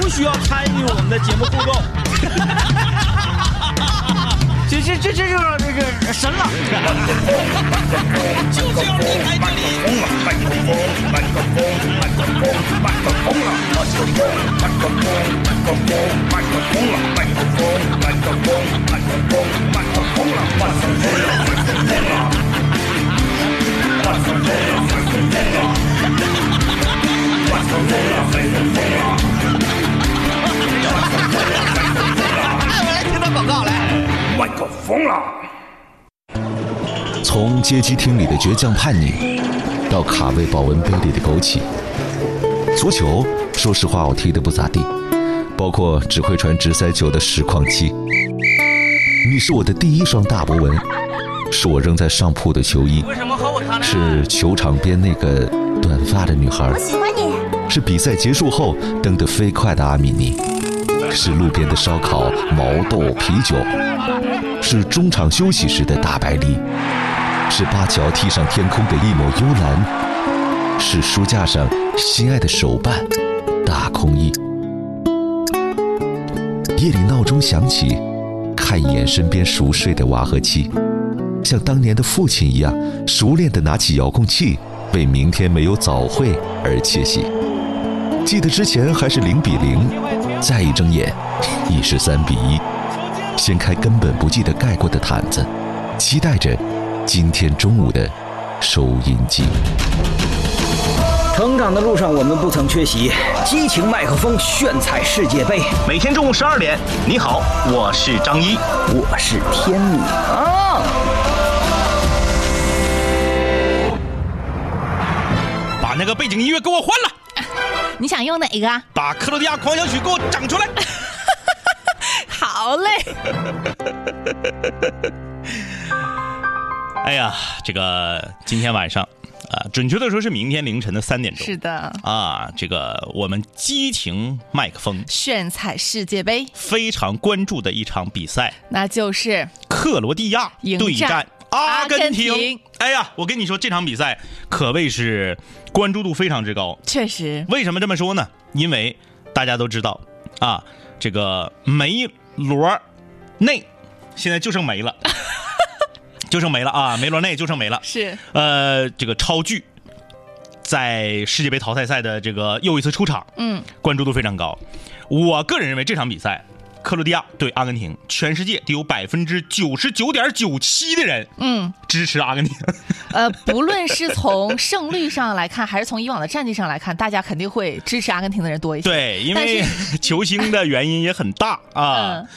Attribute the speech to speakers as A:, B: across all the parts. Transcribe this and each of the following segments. A: 不需要参与我们的节目互 动。
B: 这这这这就是这是神了，
A: 就是要离开这里。
B: 哎，我来听段广告来。
C: 麦克风了。
D: 从街机厅里的倔强叛逆，到卡位保温杯里的枸杞。足球，说实话我踢得不咋地，包括只会传直塞球的实况机。你是我的第一双大博文，是我扔在上铺的球衣，
B: 为什么和我谈
D: 是球场边那个短发的女孩
E: 我，喜欢你。
D: 是比赛结束后蹬得飞快的阿米尼，是路边的烧烤、毛豆、啤酒，是中场休息时的大白梨，是巴乔踢上天空的一抹幽蓝，是书架上心爱的手办大空翼。夜里闹钟响起，看一眼身边熟睡的娃和妻，像当年的父亲一样，熟练地拿起遥控器，为明天没有早会而窃喜。记得之前还是零比零，再一睁眼已是三比一，掀开根本不记得盖过的毯子，期待着今天中午的收音机。
F: 成长的路上，我们不曾缺席激情麦克风炫彩世界杯。
A: 每天中午十二点，你好，我是张一。
F: 我是天女啊！
A: 把那个背景音乐给我换了，
G: 你想用哪个？
A: 把克罗地亚狂想曲给我整出来。
G: 好嘞，
A: 哎呀，这个今天晚上，啊、准确的说是明天凌晨的三点钟。
G: 是的，
A: 啊，这个我们激情麦克风
G: 炫彩世界杯，
A: 非常关注的一场比赛，
G: 那就是
A: 克罗地亚
G: 迎
A: 对
G: 战
A: 战阿根
G: 阿根
A: 廷
G: 廷。
A: 哎呀，我跟你说，这场比赛可谓是关注度非常之高。
G: 确实
A: 为什么这么说呢？因为大家都知道啊，这个梅罗内现在就剩 梅了，就剩梅了啊，梅罗内就剩梅了。
G: 是
A: 呃，这个超巨在世界杯淘汰赛的这个又一次出场，
G: 嗯，
A: 关注度非常高。我个人认为这场比赛，克罗地亚对阿根廷，全世界得有百分之九十九点九七的人，
G: 嗯，
A: 支持阿根廷。
G: 呃，不论是从胜率上来看，还是从以往的战绩上来看，大家肯定会支持阿根廷的人多一些。
A: 对，因
G: 但
A: 为 球星的原因也很大啊。
G: 嗯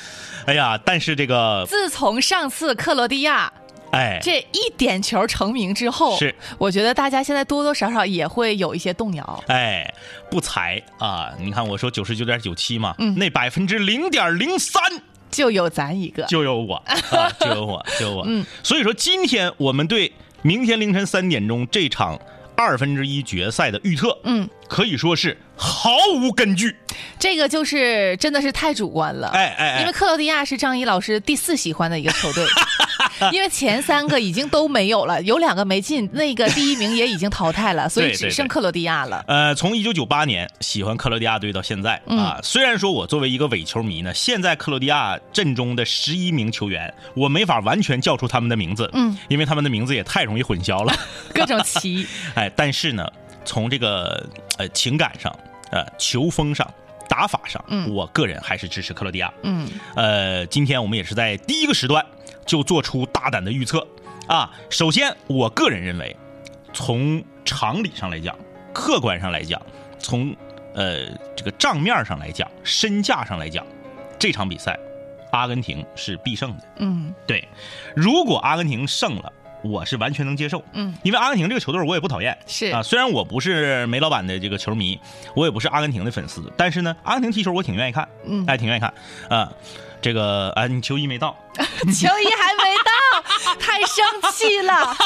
A: 哎呀，但是这个，
G: 自从上次克罗地亚
A: 哎，
G: 这一点球成名之后，
A: 是
G: 我觉得大家现在多多少少也会有一些动摇。
A: 哎，不才啊！你看我说九十九点九七嘛，
G: 嗯
A: 那百分之零点零三
G: 就有咱一个，
A: 就有 我啊，就有我，就有我。
G: 嗯
A: 所以说今天我们对明天凌晨三点钟这场二分之一决赛的预测，
G: 嗯，
A: 可以说是毫无根据。
G: 这个就是真的是太主观了。
A: 哎哎
G: 因为
A: 哎，
G: 克罗地亚是张一老师第四喜欢的一个球 队，因为前三个已经都没有了，有两个没进，那个第一名也已经淘汰了，所以
A: 对对
G: 只剩
A: 对
G: 克罗地亚了。
A: 呃，从一九九八年喜欢克罗地亚队到现在、
G: 嗯
A: 啊，虽然说我作为一个伪球迷呢，现在克罗地亚阵中的十一名球员，我没法完全叫出他们的名字，
G: 嗯，
A: 因为他们的名字也太容易混淆了。
G: 各种 奇，
A: 哎，但是呢，从这个呃情感上、呃球风上、打法上，
G: 嗯
A: 我个人还是支持克罗地亚。
G: 嗯，
A: 呃，今天我们也是在第一个时段就做出大胆的预测啊。首先，我个人认为，从常理上来讲，客观上来讲，从呃这个账面上来讲，身价上来讲，这场比赛阿根廷是必胜的。
G: 嗯
A: 对，如果阿根廷胜了，我是完全能接受。
G: 嗯，
A: 因为阿根廷这个球队我也不讨厌，
G: 是
A: 啊，虽然我不是梅老板的这个球迷，我也不是阿根廷的粉丝，但是呢，阿根廷踢球我挺愿意看，
G: 嗯
A: 哎，挺愿意看啊。这个啊，你球衣没到，
G: 球衣还没到，太生气了，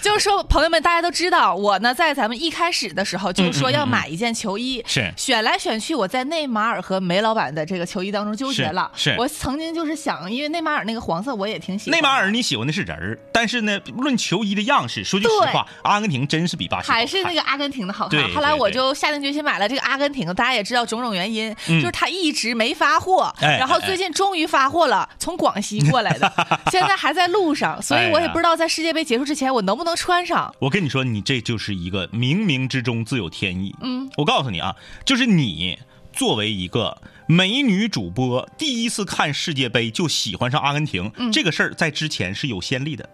G: 就是说，朋友们，大家都知道，我呢在咱们一开始的时候
A: 嗯
G: 就说要买一件球衣，
A: 是
G: 选来选去，我在内马尔和梅老板的这个球衣当中纠结了。
A: 是是
G: 我曾经就是想，因为内马尔那个黄色我也挺喜欢，
A: 内马尔你喜欢的是人儿，但是呢，论球衣的样式，说句实话，阿根廷真是比巴西好看
G: 还是那个阿根廷的好看
A: 对。
G: 后来我
A: 对对
G: 就下定决心买了这个阿根廷，大家也知道种种原因，
A: 嗯
G: 就是它一直没发货，
A: 哎
G: 然后最近终于发货了，从广西过来的， 现在还在路上，所
A: 哎
G: 以我也不知道在世界杯结束之前我能不能穿上。
A: 我跟你说，你这就是一个冥冥之中自有天意。嗯，我告诉你啊，就是你作为一个美女主播，第一次看世界杯就喜欢上阿根廷，
G: 嗯
A: 这个事儿在之前是有先例的。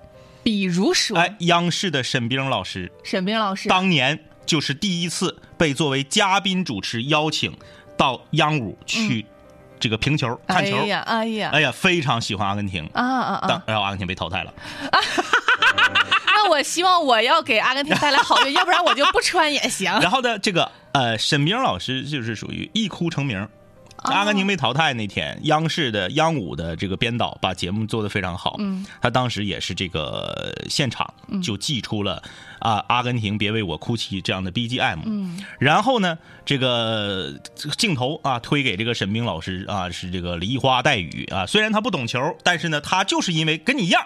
G: 比如说，
A: 哎，央视的沈冰老师
G: 沈冰老师，
A: 当年就是第一次被作为嘉宾主持邀请到央五去这个评球、看球。哎
G: 哎呀，哎呀，
A: 哎呀，非常喜欢阿根廷，
G: 啊啊
A: 但
G: 啊！
A: 然后阿根廷被淘汰了。
G: 那我希望我要给阿根廷带来好运，要不然我就不穿也 行。
A: 然后呢，这个呃，沈冰老师就是属于一哭成名。阿根廷被淘汰那天，央视的央五的这个编导把节目做得非常好。嗯，他当时也是这个呃现场就祭出了啊、阿根廷别为我哭泣这样的 BGM。嗯，然后呢，这个这个镜头啊推给这个沈冰老师啊，是这个梨花带雨啊。虽然他不懂球，但是呢，他就是因为跟你一样。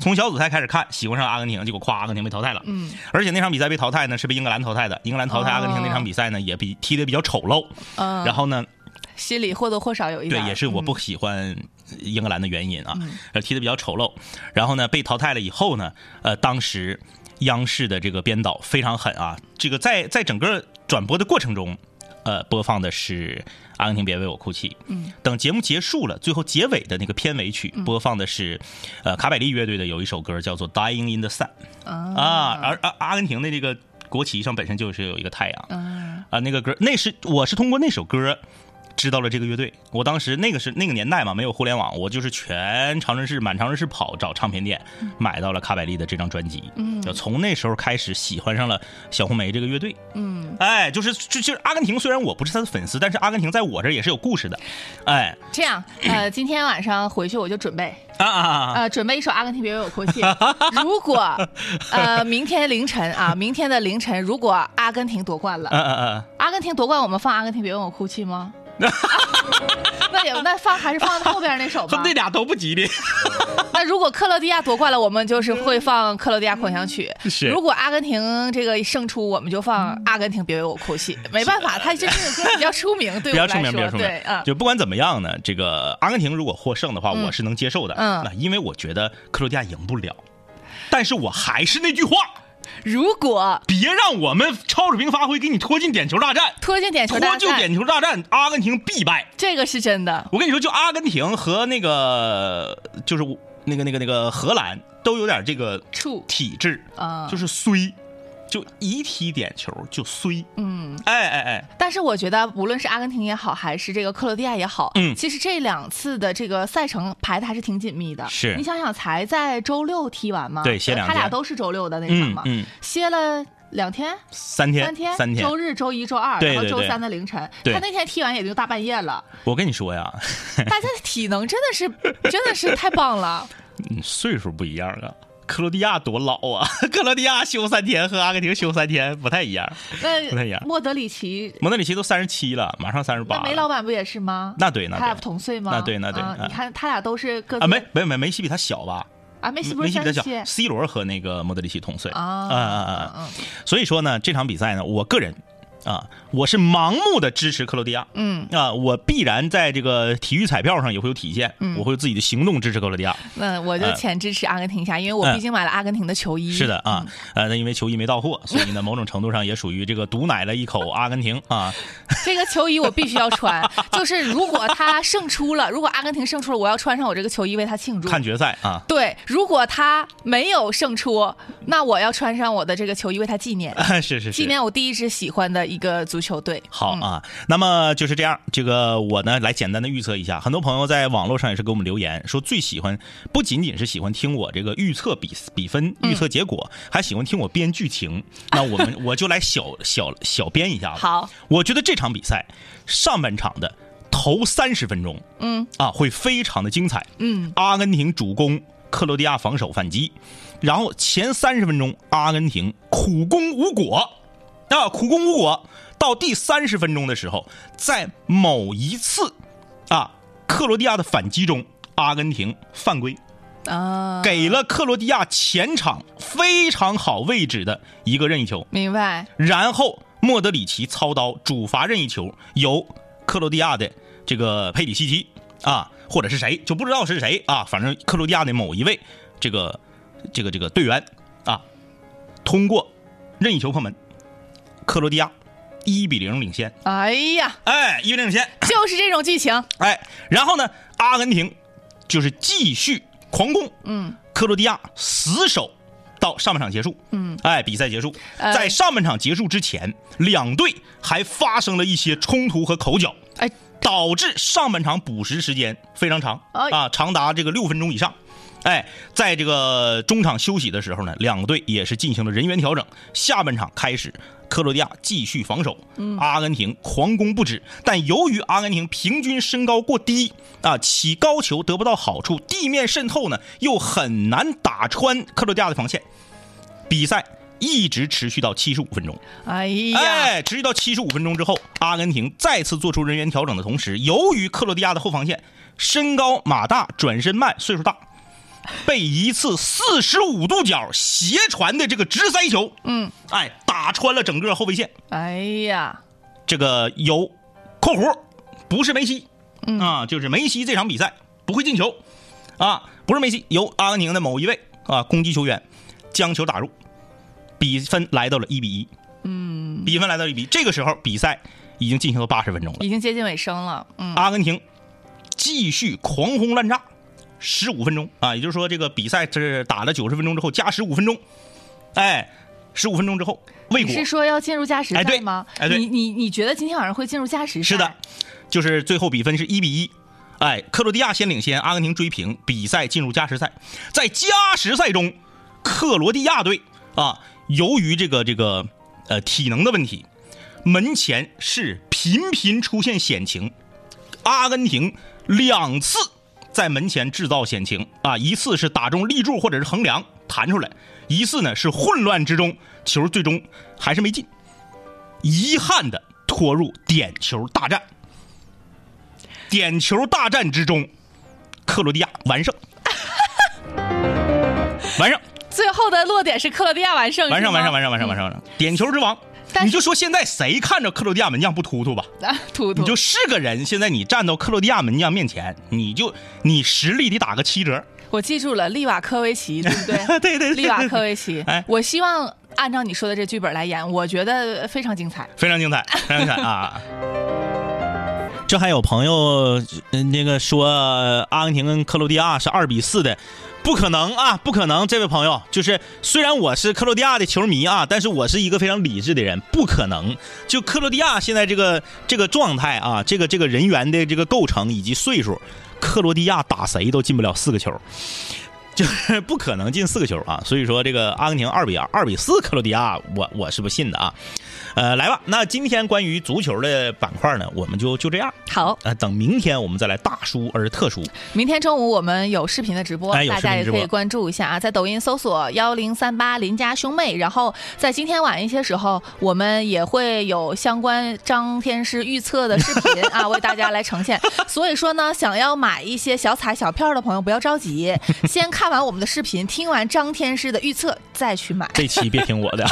A: 从小组赛开始看，喜欢上阿根廷，结果夸阿根廷被淘汰了。嗯，而且那场比赛被淘汰呢，是被英格兰淘汰的。英格兰淘汰阿根廷那场比赛呢，也比踢得比较丑陋。
G: 嗯，
A: 然后呢，
G: 心里或多或少有一
A: 对
G: 点，儿，
A: 也是我不喜欢英格兰的原因啊，呃，踢得比较丑陋。然后呢，被淘汰了以后呢，呃，当时央视的这个编导非常狠啊，这个在在整个转播的过程中，呃，播放的是《阿根廷别为我哭泣》。嗯，等节目结束了，最后结尾的那个片尾曲播放的是，呃，卡百利乐队的有一首歌叫做《Dying in the Sun》啊，而阿阿根廷的这个国旗上本身就是有一个太阳。啊，那个歌，那是我是通过那首歌知道了这个乐队。我当时那个是那个年代嘛，没有互联网，我就是全长春市满长春市跑找唱片店，
G: 嗯
A: 买到了卡百利的这张专辑。嗯，就从那时候开始喜欢上了小红梅这个乐队。嗯，哎，就是就就是阿根廷，虽然我不是他的粉丝，但是阿根廷在我这儿也是有故事的。哎，
G: 这样，呃，今天晚上回去我就准备，
A: 啊啊啊！啊
G: 呃，准备一首《阿根廷别为我 哭泣》。如果，呃，明天凌晨啊，明天的凌晨，如果阿根廷夺冠了，
A: 嗯嗯嗯，
G: 阿根廷夺冠，我们放《阿根廷别为我哭泣》 吗？ 那也那放还是放后边那首
A: 说
G: 吧。
A: 这俩都不吉利。
G: 那如果克罗地亚夺冠了，我们就是会放克罗地亚狂想曲。
A: 是
G: 如果阿根廷这个胜出，我们就放《阿根廷别为我哭泣》。没办 法，他这这个歌比较出名，对
A: 比
G: 我
A: 较
G: 来
A: 出名，
G: 说，
A: 比较出名
G: 对，啊。
A: 就不管怎么样呢，这个阿根廷如果获胜的话，我是能接受的。
G: 嗯
A: 那因为我觉得克罗地亚赢不了，但是我还是那句话，
G: 如果
A: 别让我们超水平发挥，给你拖进点球大战，
G: 拖进点球
A: 拖
G: 大
A: 进
G: 战，
A: 点球大战，阿根廷必败。
G: 这个是真的。
A: 我跟你说，就阿根廷和那个就是我那个那个那个荷兰都有点这个
G: 处
A: 体质
G: 啊
A: 就是衰，就一踢点球就衰。嗯，哎哎哎，
G: 但是我觉得，无论是阿根廷也好，还是这个克罗地亚也好，
A: 嗯
G: 其实这两次的这个赛程排的还是挺紧密的。
A: 是
G: 你想想，才在周六踢完嘛，
A: 对歇两
G: 他俩
A: 天
G: 都是周六的那场
A: 嗯
G: 嘛，
A: 嗯，
G: 歇了两天。
A: 三天
G: 三天，
A: 三天，
G: 周日、周一周二，
A: 对
G: 然后
A: 对
G: 周
A: 对
G: 三的凌晨，
A: 对
G: 他那天踢完也就大半夜 了。
A: 我跟你说呀，
G: 大家的体能真的是， 真的是太棒 了。
A: 嗯岁数不一样啊。克罗地亚多老啊！克罗地亚休三天和阿根廷休三天不太一样。不太一
G: 那
A: 样
G: 莫德里奇，
A: 蒙德里奇都三十七了，马上三十八
G: 那梅老板不也是吗？
A: 那对那
G: 他俩
A: 对
G: 不同岁吗？
A: 那对那对
G: 啊
A: 啊
G: 你看他俩都是各自
A: 啊，梅梅梅梅西比他小吧？
G: 啊，梅西不
A: 梅
G: 是
A: 西比
G: 三
A: 他
G: 十
A: 小
G: 七
A: ，C 罗和那个莫德里奇同岁
G: 啊
A: 啊啊！
G: 嗯
A: 啊！所以说呢，这场比赛呢，我个人啊，我是盲目的支持克罗地亚。嗯啊，我必然在这个体育彩票上也会有体现，
G: 嗯
A: 我会有自己的行动支持克罗地亚。
G: 那我就
A: 呃
G: 浅支持阿根廷一下，因为我
A: 嗯
G: 毕竟买了阿根廷的球衣。
A: 是的，啊，呃，那因为球衣没到货，所以 呢，某种程度上也属于这个毒奶了一口阿根廷啊。
G: 这个球衣我必须要穿。就是如果他胜出了，如果阿根廷胜出了，我要穿上我这个球衣为他庆祝。
A: 看决赛啊。
G: 对，如果他没有胜出，那我要穿上我的这个球衣为他纪 念，
A: 是是
G: 纪
A: 是，
G: 念我第一支喜欢的一个足球队。
A: 好啊，那么就是这样。这个我呢来简单的预测一下，很多朋友在网络上也是给我们留言说，最喜欢不仅仅是喜欢听我这个预测比比分、预测结果，还喜欢听我编剧情。那我们我就来小小小编一下啊吧。
G: 好，
A: 我觉得这场比赛上半场的头三十分钟，嗯啊，会非常的精彩。嗯，阿根廷主攻。克罗地亚防守反击，然后前三十分钟阿根廷苦攻无果，啊，苦攻无果，到第三十分钟的时候，在某一次啊克罗地亚的反击中，阿根廷犯规，
G: 啊，
A: 给了克罗地亚前场非常好位置的一个任意球，
G: 明白，
A: 然后莫德里奇操刀主罚任意球，由克罗地亚的这个佩里西奇啊，或者是谁就不知道是谁啊，反正克罗地亚的某一位这个这个这个队员啊，通过任意球破门，克罗地亚一比零领先，
G: 哎呀，
A: 哎，一比零领先，
G: 就是这种剧情，
A: 哎，然后呢，阿根廷就是继续狂攻，嗯，克罗地亚死守到上半场结束，嗯，哎，比赛结束，
G: 呃
A: 在上半场结束之前，两队还发生了一些冲突和口角，
G: 哎，
A: 导致上半场补时时间非常长
G: 哎
A: 啊，长达这个六分钟以上。哎，在这个中场休息的时候呢，两个队也是进行了人员调整。下半场开始，克罗地亚继续防守，阿根廷狂攻不止。但由于阿根廷平均身高过低啊，起高球得不到好处，地面渗透呢又很难打穿克罗地亚的防线。比赛一直持续到七十五分钟。
G: 哎呀，
A: 哎，持续到七十五分钟之后，阿根廷再次做出人员调整的同时，由于克罗地亚的后防线身高马大、转身慢、岁数大，被一次四十五度角斜传的这个直塞球，嗯，哎，打穿了整个后卫线。
G: 哎呀，
A: 这个有（括弧）不是梅西、啊，就是梅西这场比赛不会进球啊，不是梅西，由阿根廷的某一位啊攻击球员将球打入，比分来到了一比一。嗯，比分来到一比一，这个时候比赛已经进行到八十分钟了，
G: 已经接近尾声了，嗯，
A: 阿根廷继续狂轰滥炸，十五分钟啊，也就是说这个比赛是打了九十分钟之后加十五分钟，哎，十五分钟之后未
G: 你
A: 果。
G: 是说要进入加时
A: 哎对
G: 赛吗？
A: 哎对
G: 你你你觉得今天晚上会进入加时赛？
A: 是的，就是最后比分是一比一。哎，克罗地亚先领先，阿根廷追平，比赛进入加时赛。在加时赛中，克罗地亚队啊，由于这个这个呃体能的问题，门前是频频出现险情，阿根廷两次在门前制造险情啊，一次是打中立柱或者是横梁弹出来，一次呢是混乱之中球最终还是没进，遗憾的拖入点球大战。点球大战之中，克罗地亚完 胜，完胜，
G: 最后的落点是克罗地亚完胜，
A: 完胜，完胜，完
G: 胜
A: 胜，完胜，完胜，完胜，点球之王。
G: 嗯但是
A: 你就说现在谁看着克罗地亚门将不突突吧？，
G: 啊，图图
A: 你就是个人，现在你站到克罗地亚门将面前，你就你实力得打个七 折。
G: 我记住了，利瓦科维奇，对不对？
A: 对对对
G: 利瓦科维奇。
A: 哎
G: 我希望按照你说的这剧本来演，我觉得非常精彩。
A: 非常精 彩，非常精彩啊！这还有朋友嗯那个说呃阿根廷跟克罗地亚是二比四的，不可能啊，不可能！这位朋友，就是虽然我是克罗地亚的球迷啊，但是我是一个非常理智的人，不可能！就克罗地亚现在这个这个状态啊，这个这个人员的这个构成以及岁数，克罗地亚打谁都进不了四个球。 就是不可能进四个球啊，所以说这个阿根廷二比二、二比四克罗地亚，我我是不信的啊。呃，来吧，那今天关于足球的板块呢，我们就就这样。
G: 好，
A: 呃，等明天我们再来大书而特书。
G: 明天中午我们有视频的直播，
A: 哎有
G: 大
A: 视
G: 家
A: 频
G: 也
A: 直
G: 可以
A: 播
G: 关注一下啊，在抖音搜索幺零三八邻家兄妹，然后在今天晚一些时候，我们也会有相关张天师预测的视频啊，为大家来 呈现。所以说呢，想要买一些小彩小票的朋友不要着急，先看完我们的视频，听完张天师的预测再去买。
A: 这期别听我 的，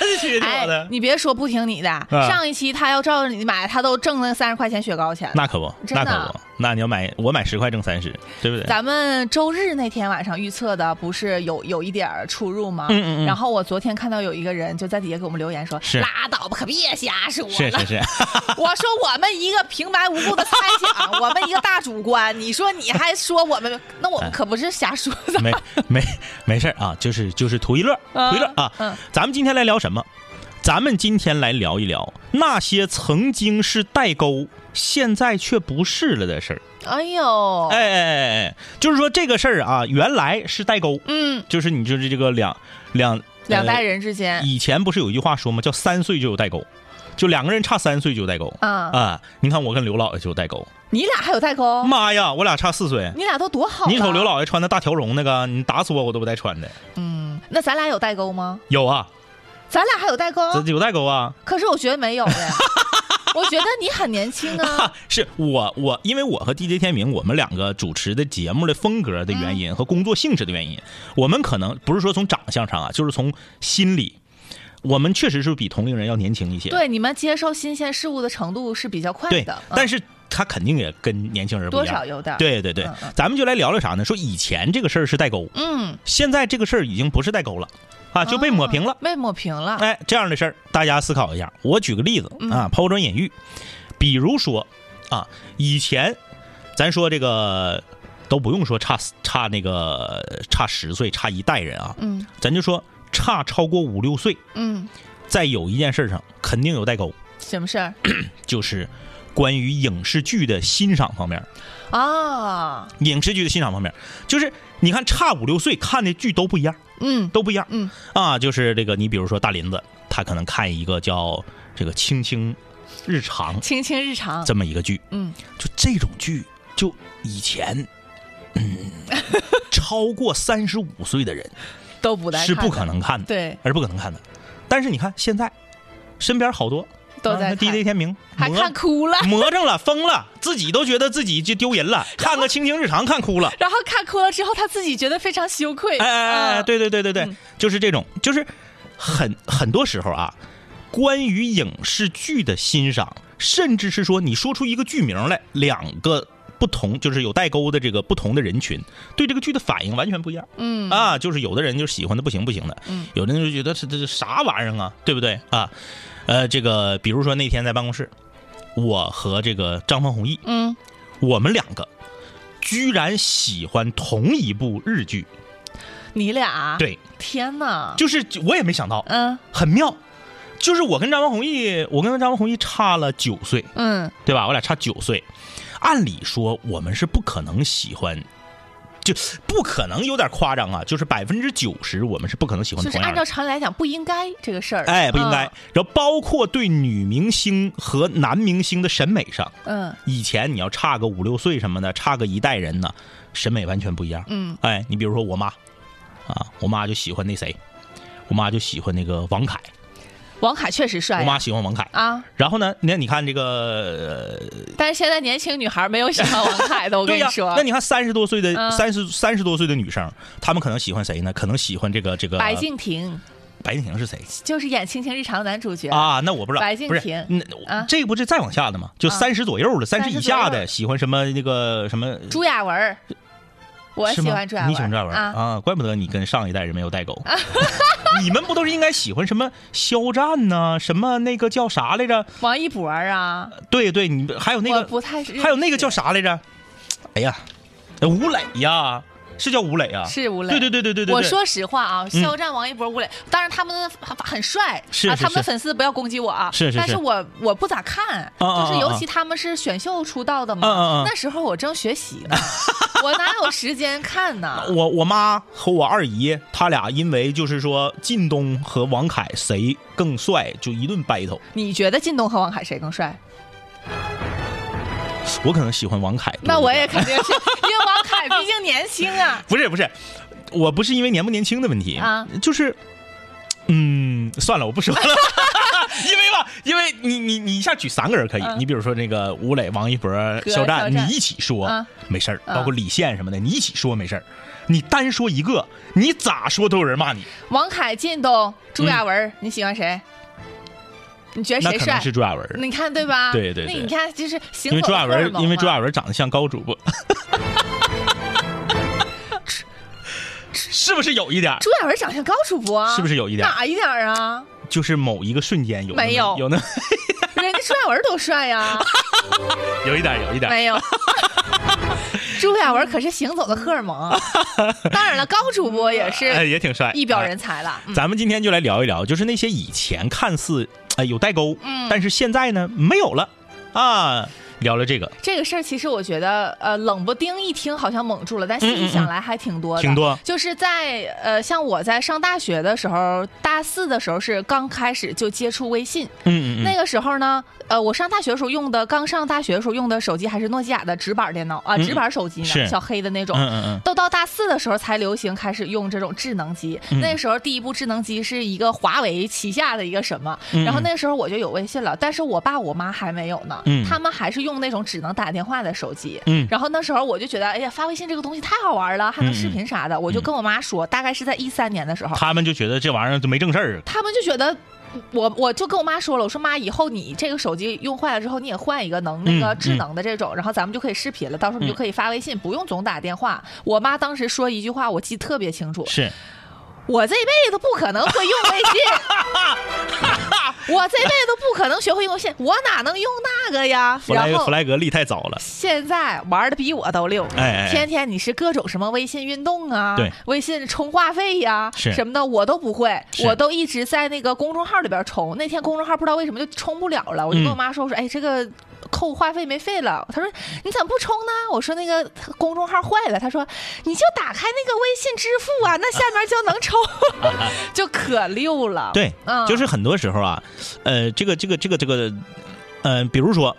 A: 这期别听我的，啊
G: 哎，你别说不听你的，上一期他要照着你买，他都挣那三十块钱雪糕钱。
A: 那可不，
G: 真
A: 那
G: 的
A: 可不，那你要买，我买十块挣三十，对不对？
G: 咱们周日那天晚上预测的不是有有一点儿出入吗？
A: 嗯嗯嗯
G: 然后我昨天看到有一个人就在底下给我们留言说：“
A: 是
G: 拉倒吧，可别瞎说了。
A: 是是是，
G: 我说我们一个平白无故的猜 想，我们一个大主观，你说你还说我们，那我们可不是瞎说的。
A: 没没没事儿啊，就是就是图一乐，
G: 嗯
A: 图一乐啊。
G: 嗯
A: 咱们今天来聊什么？咱们今天来聊一聊那些曾经是代沟，现在却不是了的事儿。
G: 哎呦，
A: 哎哎哎哎，就是说这个事儿啊，原来是代沟，
G: 嗯，
A: 就是你就是这个两两呃
G: 两代
A: 人、
G: 人之间
A: 哎以前不是有一句话说吗？叫三岁就有代沟，就两个人差三岁就代沟
G: 啊
A: 啊！你看我跟刘老爷就代沟，
G: 你俩还有代沟？
A: 妈呀，我俩差四岁。
G: 哦你俩都多好了！啊
A: 你瞅刘老爷穿的大条绒那个，你打死我我都不带穿的。
G: 那咱俩有代沟吗？
A: 有啊，
G: 咱俩还有代沟？
A: 这有代沟啊。
G: 可是我觉得没有耶，我觉得你很年轻啊。
A: 哈，是我我，因为我和 DJ 天明，我们两个主持的节目的风格的原因和工作性质的原因，我们可能不是说从长相上啊，就是从心理，我们确实是比同龄人要年轻一些。
G: 对，你们接受新鲜事物的程度是比较快
A: 对
G: 的，，
A: 但
G: 是
A: 是他肯定也跟年轻人不一
G: 多
A: 样
G: 少有点儿
A: 对对对
G: 嗯嗯，
A: 咱们就来聊聊啥呢？说以前这个事儿是代沟，
G: 嗯，
A: 现在这个事儿已经不是代沟了，啊，就被抹
G: 哦
A: 平了。
G: 被抹平了。
A: 哎，这样的事儿大家思考一下。我举个例子
G: 嗯
A: 啊，抛砖引玉，比如说啊，以前咱说这个都不用说差差那个差十岁差一代人啊，
G: 嗯
A: 咱就说差超过五六岁，
G: 嗯，
A: 在有一件事上肯定有代沟，
G: 什么事儿
A: 就是关于影视剧的欣赏方面。
G: 啊？
A: 影视剧的欣赏方面，就是你看差五六岁看的剧都不一样，
G: 嗯
A: 都不一样。
G: 嗯
A: 啊，就是这个，你比如说大林子，他可能看一个叫这个《青青日常》
G: 青青日常，
A: 这么一个剧，
G: 嗯，
A: 就这种剧，就以前， 嗯，超过三十五岁的人
G: 都不带
A: 是
G: 看
A: 不
G: 的
A: 可能看的，
G: 对，
A: 而不可能看的。但是你看现在，身边好多
G: 都
A: 啊
G: 在
A: 那 DJ 天嗯明
G: 还看哭了，
A: 魔怔了，疯了，自己都觉得自己就丢人了，看个《青青日常》看哭了。
G: 然后看哭了之后，他自己觉得非常羞 愧。
A: 哎哎哎，
G: 嗯，
A: 对对对对对，
G: 嗯
A: 就是这种，就是很很多时候啊，关于影视剧的欣赏，甚至是说你说出一个剧名来，两个。不同就是有代沟的这个不同的人群对这个剧的反应完全不一样，嗯啊，就是有的人就喜欢的不行不行的，嗯，有的人就觉得这这这啥玩意儿啊，对不对啊？呃，这个比如说那天在办公室，我和这个张方弘毅，
G: 嗯，
A: 我们两个居然喜欢同一部日剧，
G: 你俩，
A: 对，
G: 天哪，
A: 就是我也没想到，
G: 嗯
A: 很妙。就是我跟张王弘毅，我跟张王弘毅差了九岁，
G: 嗯，
A: 对吧？我俩差九岁，按理说我们是不可能喜欢，就不可能有点夸张啊，就是百分之九十我们是不可能喜欢
G: 就是
A: 同
G: 按
A: 样
G: 照
A: 的。
G: 常理来讲不应该这个事儿，
A: 哎，不应该
G: 嗯。
A: 然后包括对女明星和男明星的审美上，
G: 嗯，
A: 以前你要差个五六岁什么的，差个一代人呢，审美完全不一样。
G: 嗯，
A: 哎，你比如说我妈，啊，我妈就喜欢那谁，我妈就喜欢那个王凯，
G: 王凯确实帅
A: 我
G: 呀
A: 妈喜欢王凯。
G: 啊，
A: 然后呢，那你看这个，
G: 但是现在年轻女孩没有喜欢王 凯的，
A: 呃
G: 我跟
A: 对
G: 你
A: 呀、
G: 说，
A: 那你看三十多岁的
G: 嗯
A: 三十三十多岁的女生，她们可能喜欢谁呢？可能喜欢这个这个
G: 白敬亭
A: 白敬亭是谁
G: 就是演《青青日常》的男主角，
A: 啊？那我不知道，
G: 白敬
A: 不是
G: 亭
A: 嗯
G: 啊
A: 这不是再往下的吗？就
G: 啊
A: 三十左右的，三十以
G: 30
A: 下
G: 左
A: 的
G: 右
A: 喜欢什么那个什么？
G: 朱亚文儿，我
A: 是
G: 喜
A: 吗
G: 欢朱亚文儿，
A: 你喜欢朱亚文儿
G: 啊？
A: 啊？怪不得你跟上一代人没有代沟。 你们不都是应该喜欢什么肖战呢、什么那个叫啥来着？
G: 王一博儿啊，
A: 对对，你还有那
G: 我
A: 个
G: 不太是，
A: 还有那个叫啥来着？哎呀，吴磊呀，是叫吴磊啊？
G: 是吴磊
A: 对对对对对对。
G: 我
A: 对嗯
G: 说实话啊，肖战、王一博、吴磊，当然他们很帅，
A: 是
G: 啊，
A: 是
G: 他们的
A: 是
G: 粉丝不要攻击我啊，
A: 是是
G: 但
A: 是
G: 是我我不咋看，
A: 啊啊
G: 就是
A: 啊
G: 尤
A: 啊
G: 其他们是选秀出道的
A: 嗯嗯嗯，
G: 嘛那时候我正学习 呢，我哪有时间看呢？
A: 我我妈和我二姨，她俩因为就是说靳东和王凯谁更帅，就一顿 battle。
G: 你觉得靳东和王凯谁更帅？
A: 我可能喜欢王凯多一点。。
G: 那我也肯定是， 因为王凯毕竟年轻啊
A: 不是不是，我不是因为年不年轻的问题
G: 啊，
A: 就是，嗯，算了，我不 说了。因为吧，因为你你你一下举三个人可以，
G: 嗯
A: 你比如说那个吴磊、王一博、
G: 肖
A: 肖战，
G: 战
A: 你一起说、
G: 嗯
A: 没事儿，
G: 嗯
A: 包括李现什么的，你一起说没事儿。你单说一个，你咋说都有人骂你，
G: 王凯、靳东、朱亚文儿，你喜欢谁？你觉得
A: 嗯那
G: 谁
A: 可
G: 帅
A: 能？是朱亚文，
G: 你看对吧？
A: 对对对
G: 那你看就是行
A: 因为
G: 走
A: 朱
G: 的
A: 亚
G: 荷尔
A: 文，
G: 蒙
A: 因为
G: 嘛
A: 朱亚文长得像高主播， 是不是有一点儿？
G: 朱亚文长相高主播啊，
A: 是不是有一点儿
G: 哪一点儿啊？
A: 就是某一个瞬间有那么
G: 没有
A: 有那么
G: 人家朱亚文多帅呀、
A: 有一点儿有一点儿。
G: 没有。朱亚文可是行走的荷尔蒙，啊当然了，高主播也
A: 哎，
G: 是
A: 也挺帅，
G: 一表
A: 哎
G: 人才了。嗯
A: 咱们今天就来聊一聊，就是那
G: 嗯
A: 些以前看似哎有代沟，但是现在呢没有了啊。聊了这个，
G: 这个事儿其实我觉得，呃，冷不丁一听好像懵住了，但细
A: 嗯嗯
G: 细
A: 嗯
G: 想来还挺多的。
A: 挺多
G: 就是在呃，像我在上大学的时候，大四的时候是刚开始就接触微信。
A: 嗯嗯嗯，
G: 那个时候呢，呃，我上大学的时候用的，刚上大学的时候用的手机还是诺基亚的直板电脑啊、
A: 嗯
G: 直板手机呢，
A: 是
G: 小黑的那
A: 嗯
G: 种。
A: 嗯嗯，
G: 都到大四的时候才流行开始用这种智能机。
A: 嗯
G: 那时候第一部智能机是一个华为旗下的一个什么，
A: 嗯
G: 然后那时候我就有微信了，但是我爸我妈还没有呢，
A: 嗯
G: 他们还是用那种只能打电话的手机。
A: 嗯
G: 然后那时候我就觉得，哎呀，发微信这个东西太好玩了，还能视频啥的，我就跟我妈说，大概是在一三年的时候，
A: 嗯他们就觉得这玩意儿就没正事儿，
G: 他们就觉得。我我就跟我妈说了，我说妈，以后你这个手机用坏了之后，你也换一个能那个
A: 嗯
G: 智能的这种，然后咱们就可以视频了，到时候你
A: 嗯
G: 就可以发微信，不用总打电话。我妈当时说一句话，我记得特别清楚，
A: 是
G: 我这辈子不可能会用微信，我这辈子不可能学会用微信，我哪能用那个呀？
A: 弗莱
G: 然
A: 弗
G: 后
A: 莱格立太早了，
G: 现在玩的比我都溜，
A: 哎哎哎
G: 天天你是各种什么微信运动啊，
A: 对
G: 微信充话费呀、
A: 是
G: 什么的，我都不会，
A: 是
G: 我都一直在那个公众号里边充。那天公众号不知道为什么就充不了了，
A: 嗯
G: 我就跟我妈说，我说哎这个。扣话费没费了，她说你怎么不充呢？我说那个公众号坏了，她说你就打开那个微信支 付啊，那下面就能充， 就可溜了。
A: 啊对
G: 嗯，
A: 就是很多时候啊，呃，这个这个这个这个，呃，比如说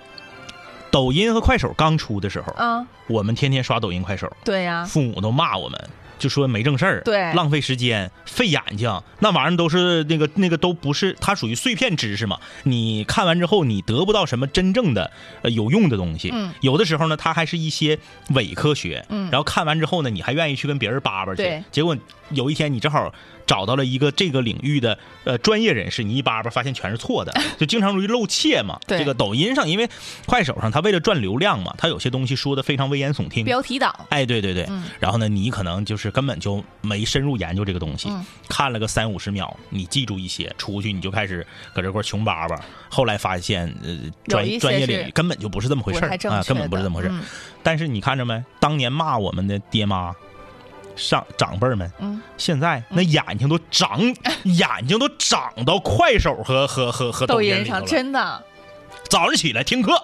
A: 抖音和快手刚出的时候，
G: 啊，
A: 我们天天刷抖音、快手，
G: 对呀、
A: 父母都骂我们，就说没正事儿，
G: 啊对
A: 浪费时间、费眼睛，那玩意儿都是那个那个都不是，它属于碎片知识嘛。你看完之后，你得不到什么真正的、呃、有用的东西。
G: 嗯
A: 有的时候呢，它还是一些伪科学。
G: 嗯
A: 然后看完之后呢，你还愿意去跟别人叭叭去
G: 对。
A: 结果有一天你正好找到了一个这个领域的呃专业人士，你一叭叭发现全是错 的，就经常容易露怯嘛。
G: 对
A: 这个抖音上，因为快手上，它为了赚流量嘛，它有些东西说的非常危言耸听。
G: 标题党，
A: 哎，对对对，
G: 嗯
A: 然后呢，你可能就是根本就没深入研究这个东西，
G: 嗯
A: 看了个三五十秒，你记住一些，出去你就开始搁这块儿穷叭叭。后来发现，呃，
G: 有
A: 专
G: 一些
A: 专业
G: 是
A: 领域根本就不是这么回事
G: 不太
A: 儿
G: 正
A: 啊，根
G: 确
A: 本不是
G: 的
A: 这么回事儿。
G: 嗯
A: 但是你看着没，当年骂我们的爹妈。上长辈儿们，
G: 嗯
A: 现在那眼睛都长， 眼睛都长到快手和和和和
G: 抖
A: 音
G: 音
A: 里头
G: 上
A: 了。
G: 真的
A: 早上起来听课，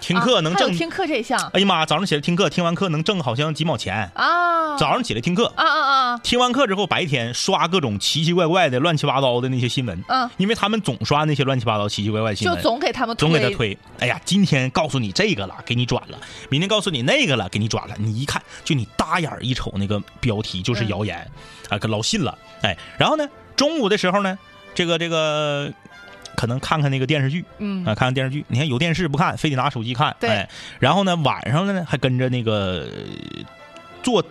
A: 听课
G: 啊
A: 能
G: 还有
A: 挣，
G: 听课这项
A: 哎呀妈，早上起来听课，听完课能挣好像几毛钱。
G: 啊，
A: 早上起来听课，
G: 啊啊啊，
A: 听完课之后白天刷各种奇奇怪怪的、乱七八糟的那些新闻，
G: 嗯，
A: 因为他们总刷那些乱七八糟、奇奇怪怪的新
G: 就
A: 闻，
G: 总给他们
A: 总给他推。哎呀，今天告诉你这个了，给你转了；明天告诉你那个了，给你转了。你一看，就你搭眼儿一瞅，那个标题就是
G: 嗯
A: 谣言，啊，可老信了。哎，然后呢，中午的时候呢，这个这个。可能看看那个电视剧，
G: 嗯
A: 啊，看看电视剧。你看有电视不看，非得拿手机看，
G: 对
A: 哎。然后呢，晚上呢还跟着那个呃做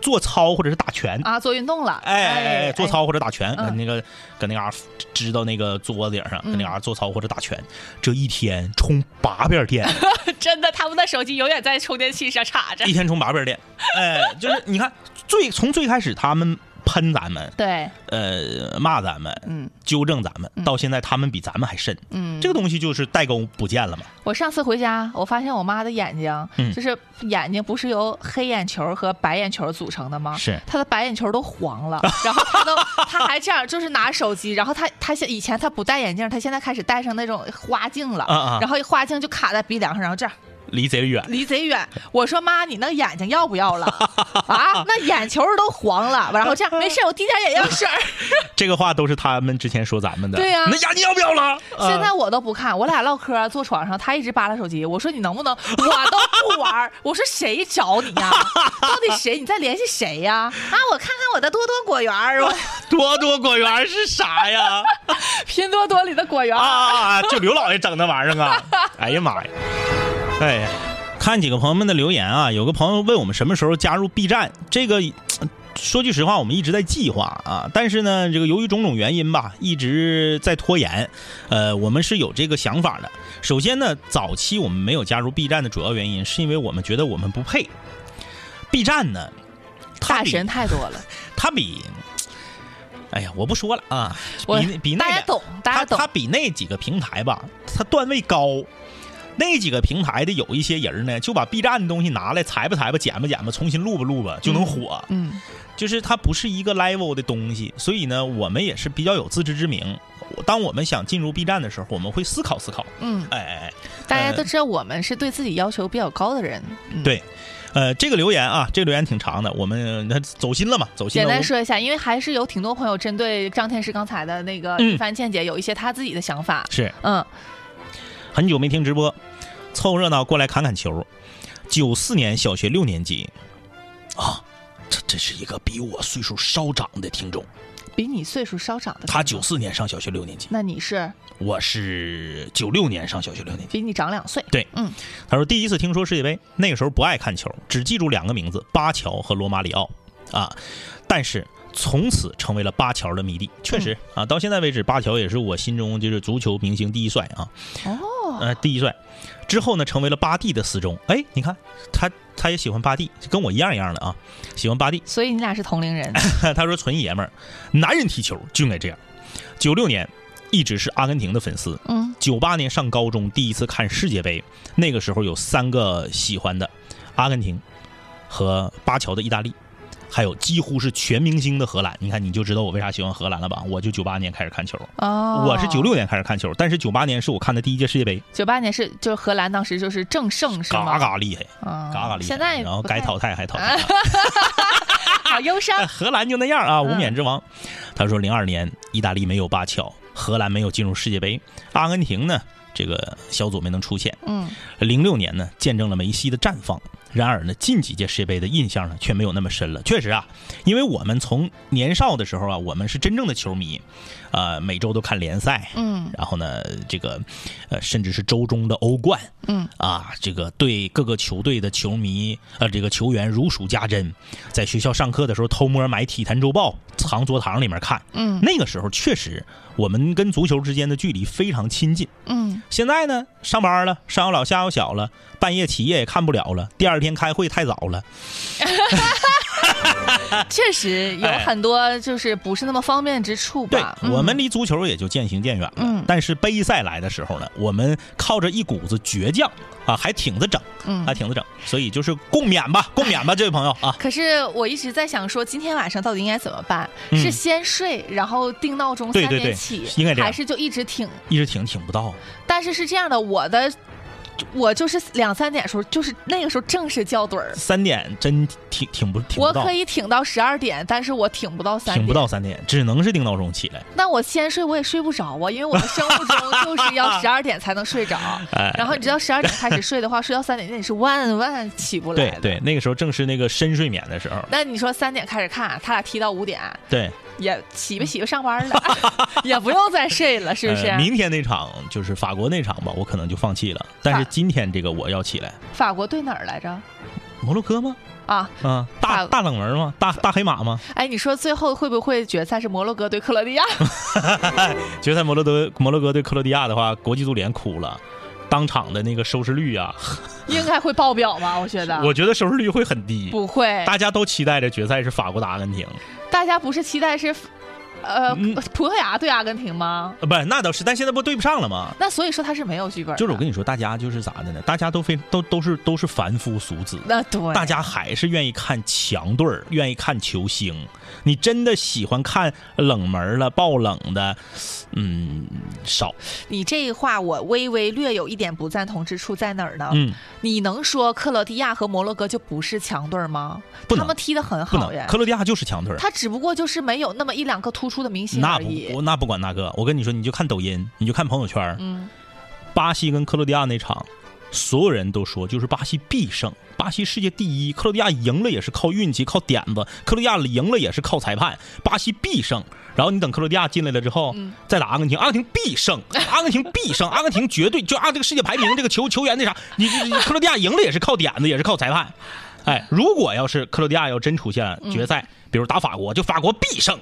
A: 做操或者是打拳，
G: 啊，做运动了，
A: 哎哎哎，做，操或者打拳，
G: 嗯
A: 跟那个跟那嘎支到那个桌子顶上，
G: 嗯
A: 跟那嘎做操或者打拳，这一天充八遍电，
G: 真的，他们的手机永远在充电器上插着
A: 一，天充八遍电，哎，就是你看最从最开始他们喷咱们，
G: 对，
A: 呃，骂咱们，
G: 嗯
A: 纠正咱们，到现在他们比咱们还甚，
G: 嗯，
A: 这个东西就是代沟不见了嘛，
G: 我上次回家，我发现我妈的眼睛，
A: 嗯
G: 就是眼睛不是由黑眼球和白眼球组成的吗？
A: 是
G: 她的白眼球都 黄了，然后她都，她还这样，就是拿手机，然后她她现以前她不戴眼镜，她现在开始戴上那种花镜了，
A: 啊啊
G: 然后花镜就卡在鼻梁上，然后这样。
A: 离贼远。
G: 离贼远。我说妈，你那眼睛要不要了啊？那眼球都黄了。然后这样没事，我滴点眼药水 儿。
A: 这个话都是他们之前说咱们的，
G: 对呀
A: 那眼睛要不要了？
G: 现在我都不看，我俩唠嗑坐床上，他一直扒拉手机。我说你能不能？我都不玩儿。我说谁找你 呀、到底谁？你在联系谁呀、啊？我看看我的多多果园儿，我
A: 多多果园是啥呀？
G: 拼多多里的果园儿。
A: 啊啊！就刘老爷整那玩意儿啊！ 哎呀妈呀！哎呀，看几个朋友们的留言啊，有个朋友问我们什么时候加入 B 站，这个。呃说句实话，我们一直在计划啊，但是呢，这个由于种种原因吧，一直在拖延。呃，我们是有这个想法的。首先呢，早期我们没有加入 B 站的主要原因，是因为我们觉得我们不配。B 站呢，它
G: 大
A: 比
G: 神太多了，
A: 它比，哎呀，我不说了啊，
G: 我
A: 比那比那
G: 大家
A: 两
G: 懂，大家
A: 它
G: 懂
A: 它。比那几个平台吧，它段位高。那几个平台的有一些人呢，就把 B 站的东西拿来裁吧裁吧、剪吧剪吧、重新录吧录吧，就能火。
G: 嗯
A: 就是它不是一个 level 的东西，所以呢，我们也是比较有自知之明。当我们想进入 B 站的时候，我们会思考思考。
G: 嗯，
A: 哎哎哎，
G: 大家都知道我们是对自己要求比较高的人，嗯，
A: 对，呃，这个留言啊，这个留言挺长的，我们那走心了嘛，走心了。
G: 简
A: 我
G: 单说一下，因为还是有挺多朋友针对张天师刚才的那个
A: 嗯
G: 一番见解，有一些他自己的想法。
A: 是
G: 嗯，
A: 很久没听直播，凑热闹过来侃侃球。九四年小学六年级，啊，这这是一个比我岁数稍长的听众，
G: 比你岁数稍长的，
A: 他九，四年上小学六年级，
G: 那你是
A: 我是九六年上小学六年级。
G: 比你长两岁。
A: 对，
G: 嗯，
A: 他说第一次听说世界杯，那个时候不爱看球，只记住两个名字：巴乔和罗马里奥啊。但是从此成为了巴乔的迷弟，确实啊，到现在为止，巴乔也是我心中就是足球明星第一帅啊，
G: 哦，
A: 呃，第一帅。之后呢，成为了巴蒂的死忠。哎，你看他，他也喜欢巴蒂，跟我一样一样的啊，喜欢巴蒂。
G: 所以你俩是 同龄人。
A: 他说纯爷们儿，男人踢球就应该这样。九六年一直是阿根廷的粉丝，
G: 嗯，
A: 九八年上高中第一次看世界杯，那个时候有三个喜欢的，阿根廷和巴乔的意大利，还有几乎是全明星的荷兰。你看你就知道我为啥喜欢荷兰了吧？我就九八年开始看球，
G: 哦，
A: 我是九，六年开始看球，但是九八年是我看的第一届世界杯，
G: 九八年是就是荷兰当时就是正盛是吗？
A: 嘎嘎厉害，
G: 嗯，
A: 嘎嘎厉害。
G: 现在
A: 然后
G: 不
A: 该
G: 太
A: 淘汰还淘 汰。
G: 好 忧伤。
A: 哎荷兰就那样啊，
G: 嗯
A: 无冕之王。他说，零二年意大利没有巴乔，荷兰没有进入世界杯，阿根廷呢这个小组没能出现。
G: 嗯，
A: 零六年呢，见证了梅西的绽放。然而呢，近几届世界杯的印象呢，却没有那么深了。确实啊，因为我们从年少的时候啊，我们是真正的球迷，呃，每周都看联赛，
G: 嗯，
A: 然后呢，这个呃，甚至是周中的欧冠，
G: 嗯，
A: 啊，这个对各个球队的球迷，呃，这个球员如数家珍。在学校上课的时候，偷摸买《体坛周报》，藏桌堂里面看。
G: 嗯
A: 那个时候确实，我们跟足球之间的距离非常亲近。
G: 嗯，
A: 现在呢，上班了，上有老下有小了，半夜起夜也看不了了，第二天开会太早了。
G: 确实有
A: 哎
G: 很多就是不是那么方便之处
A: 对
G: 吧。，
A: 我
G: 嗯
A: 们离足球也就渐行渐远了。
G: 嗯
A: 但是杯赛来的时候呢，我们靠着一股子倔劲儿啊，还挺着整，
G: 嗯哎
A: 还挺着整。所以就是共勉 吧，共勉吧，这位朋友啊。
G: 可是我一直在想说，今天晚上到底应该怎么办？
A: 嗯
G: 是先睡，然后定闹钟
A: 对
G: 三
A: 对
G: 点
A: 对
G: 起，
A: 应该这样
G: 还是就一直挺？
A: 一直挺挺不到，
G: 但是是这样的，我的我就是两三点的时候，就是那个时候正是叫盹儿，
A: 三点真挺挺不挺不
G: 我
A: 到
G: 可，以挺到十二点，但是我挺不到三
A: 挺
G: 点。
A: 不到三点，只能是定闹钟起来。
G: 那我先睡我也睡不着啊，因为我的生物钟就 是要十二点才能睡着，
A: 哎
G: 然后你知道十二点开始睡的话，睡到三点那你是万万起不来
A: 对
G: 的。
A: 对，那个时候正是那个深睡眠的时候。
G: 那你说三点开始看，他俩踢到五点，
A: 对，
G: 也起不起不上 班了， 也不用再睡了，是不是？
A: 呃明天那场就是法国那场吧，我可能就放弃了。但是
G: 法
A: 今天这个我要起来。
G: 法国对哪儿来着？
A: 摩洛哥吗？
G: 啊，
A: 啊，大
G: 法
A: 大冷门吗？大大黑马吗？
G: 哎，你说最后会不会决赛是摩洛哥对克罗地亚？
A: 决赛摩洛哥摩洛哥对克罗地亚的话，国际足联哭了。当场的那个收视率啊，
G: 应该会爆表吧？我觉得
A: 我觉得收视率会很低。
G: 啊不会，
A: 大家都期待着决赛是法国打阿根廷，
G: 大家不是期待是，呃，
A: 嗯
G: 葡萄牙对阿根廷吗？
A: 呃不是那倒是，但现在不对不上了吗？
G: 那所以说他是没有剧本的，
A: 就是我跟你说，大家就是咋的呢？大家都非都都是都是凡夫俗子，
G: 那对，
A: 大家还是愿意看强队儿，愿意看球星。你真的喜欢看冷门了、爆冷的，嗯，少。
G: 你这话我微微略有一点不赞同之处在哪儿呢？
A: 嗯，
G: 你能说克罗地亚和摩洛哥就不是强队吗？
A: 不能
G: 他们踢得很
A: 不
G: 好
A: 能，
G: 呀
A: 克，罗地亚就是强队儿。
G: 他只不过就是没有那么一两个突出的明星
A: 那
G: 而
A: 不
G: 已。
A: 我那不管那个，我跟你说，你就看抖音，你就看朋友圈儿。
G: 嗯，
A: 巴西跟克罗地亚那场，所有人都说就是巴西必胜，巴西世界第一，克罗地亚赢了也是靠运气、靠点子，克罗地亚赢了也是靠裁判，巴西必胜。然后你等克罗地亚进来了之后，
G: 嗯
A: 再打阿根廷，阿根廷必胜，阿根廷必胜，阿根廷绝对就按这个世界排名，这个球球员那啥，你你你克罗地亚赢了也是靠点子，也是靠裁判。哎，如果要是克罗地亚要真出现
G: 嗯
A: 决赛，比如打法国，就法国必胜，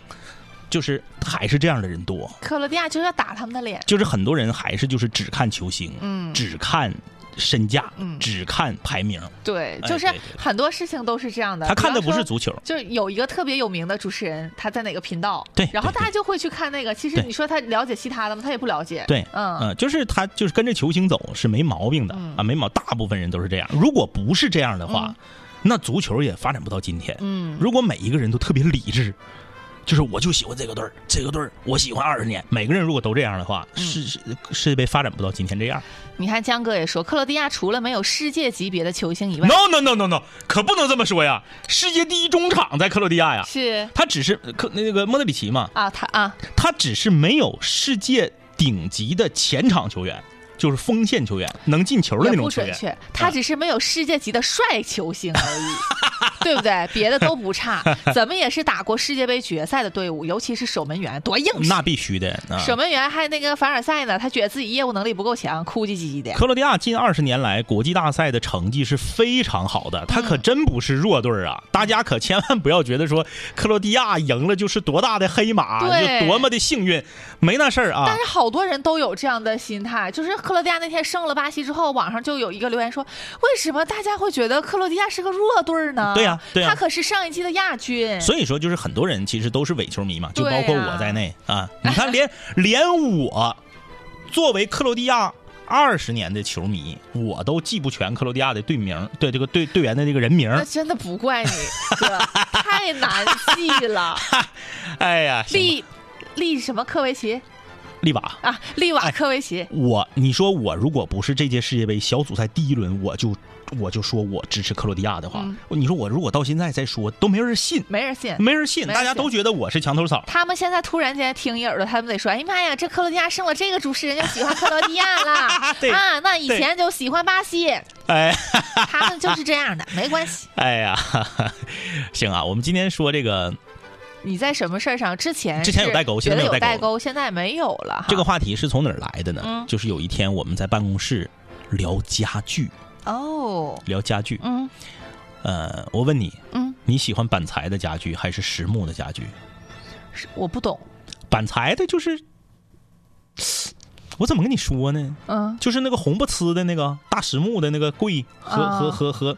A: 就是还是这样的人多。
G: 克罗地亚就是要打他们的脸。
A: 就是很多人还是就是只看球星，嗯，只看身价，嗯，只看排名，
G: 对，
A: 哎
G: 就是
A: 对对对
G: 很多事情都是这样的。
A: 他看的
G: 比方
A: 不
G: 说
A: 是足球。
G: 就是有一个特别有名的主持人，他在哪个频道？
A: 对
G: 然后
A: 对
G: 大家就会去看那个。其实
A: 对
G: 你说他了解其他的吗？他也不了解。
A: 对，
G: 嗯，
A: 呃就是他就是跟着球星走是没毛病的、啊，没毛，大部分人都是这样。如果不是这嗯样的话，那足球也发展不到今天。嗯，如果每一个人都特别理智，就是我就喜欢这个队儿，这个队儿我喜欢二十年。每个人如果都这样的话，世世世界杯发展不到今天这样。
G: 你看江哥也说，克罗地亚除了没有世界级别的球星以外，
A: No no no no no，可不能这么说呀！世界第一中场在克罗地亚呀，
G: 是
A: 他只是克那个莫德里奇嘛，
G: 啊，他啊，
A: 他只是没有世界顶级的前场球员，就是锋线球员，能进球的
G: 也
A: 那
G: 不
A: 种球
G: 准
A: 员。嗯
G: 确，他只是没有世界级的帅球星 而已，对不对？别的都不差，怎么也是打过世界杯决赛的队伍，尤其是守门员，多硬
A: 那
G: 实。
A: 必须的啊！
G: 守门员还那个凡尔赛呢，他觉得自己业务能力不够强，哭唧唧的。
A: 克罗地亚近二十年来国际大赛的成绩是非常好
G: 嗯
A: 的，他可真不是弱队儿啊！大家可千万不要觉得说克罗地亚赢了就是多大的黑马，
G: 对
A: 就多么的幸运，没那事儿啊
G: 但！是好多人都有这样的心态，就是克罗地亚那天胜了巴西之后，网上就有一个留言说，为什么大家会觉得克罗地亚是个弱队儿呢？
A: 对呀对呀
G: 他可是上一季的亚军。
A: 所以说，就是很多人其实都是伪球迷嘛，就
G: 嗯对呀
A: 包括我在内啊！ 你看连，连我作为克罗地亚二十年的球迷，我都记不全克罗地亚的队名，对这个队队员的这个人名儿
G: 那。真的 不怪你，哥，太难记了。
A: 哎呀，行吧
G: 利利什么科维奇
A: 利瓦。
G: 啊？利
A: 哎
G: 瓦科维奇。
A: 我，你说我如果不是这届世界杯小组赛第一轮，我就我就说我支持克罗地亚的话，你说我如果到现在再说，都没人信，
G: 嗯没人信。
A: 没人信，
G: 没人信
A: 大家都觉得我是墙头草。
G: 他们现在突然间听一耳朵，他们得说：“哎呀妈呀，这克罗地亚胜了这个主持人，就喜欢克罗地亚了
A: 对
G: 啊！那以前就喜欢 巴西，
A: 哎，
G: 他们就是这样的，没关系。
A: 哎呀， 哈哈行啊，我们今天说这个
G: 你在什么事儿上之前
A: 之前
G: 是
A: 有代沟
G: 觉
A: 现在
G: 得
A: 没有
G: 有
A: 代沟
G: 沟，现在没有了哈。
A: 这个话题是从哪儿来的呢？
G: 嗯
A: 就是有一天我们在办公室聊家具，
G: 哦，
A: 聊家具。
G: 嗯
A: 呃，我问你，
G: 嗯，
A: 你喜欢板材的家具还是实木的家具？
G: 是我不懂，
A: 板材的就是，我怎么跟你说呢？
G: 嗯，
A: 就是那个红不呲的那个大实木的那个柜和、
G: 啊
A: 和和和，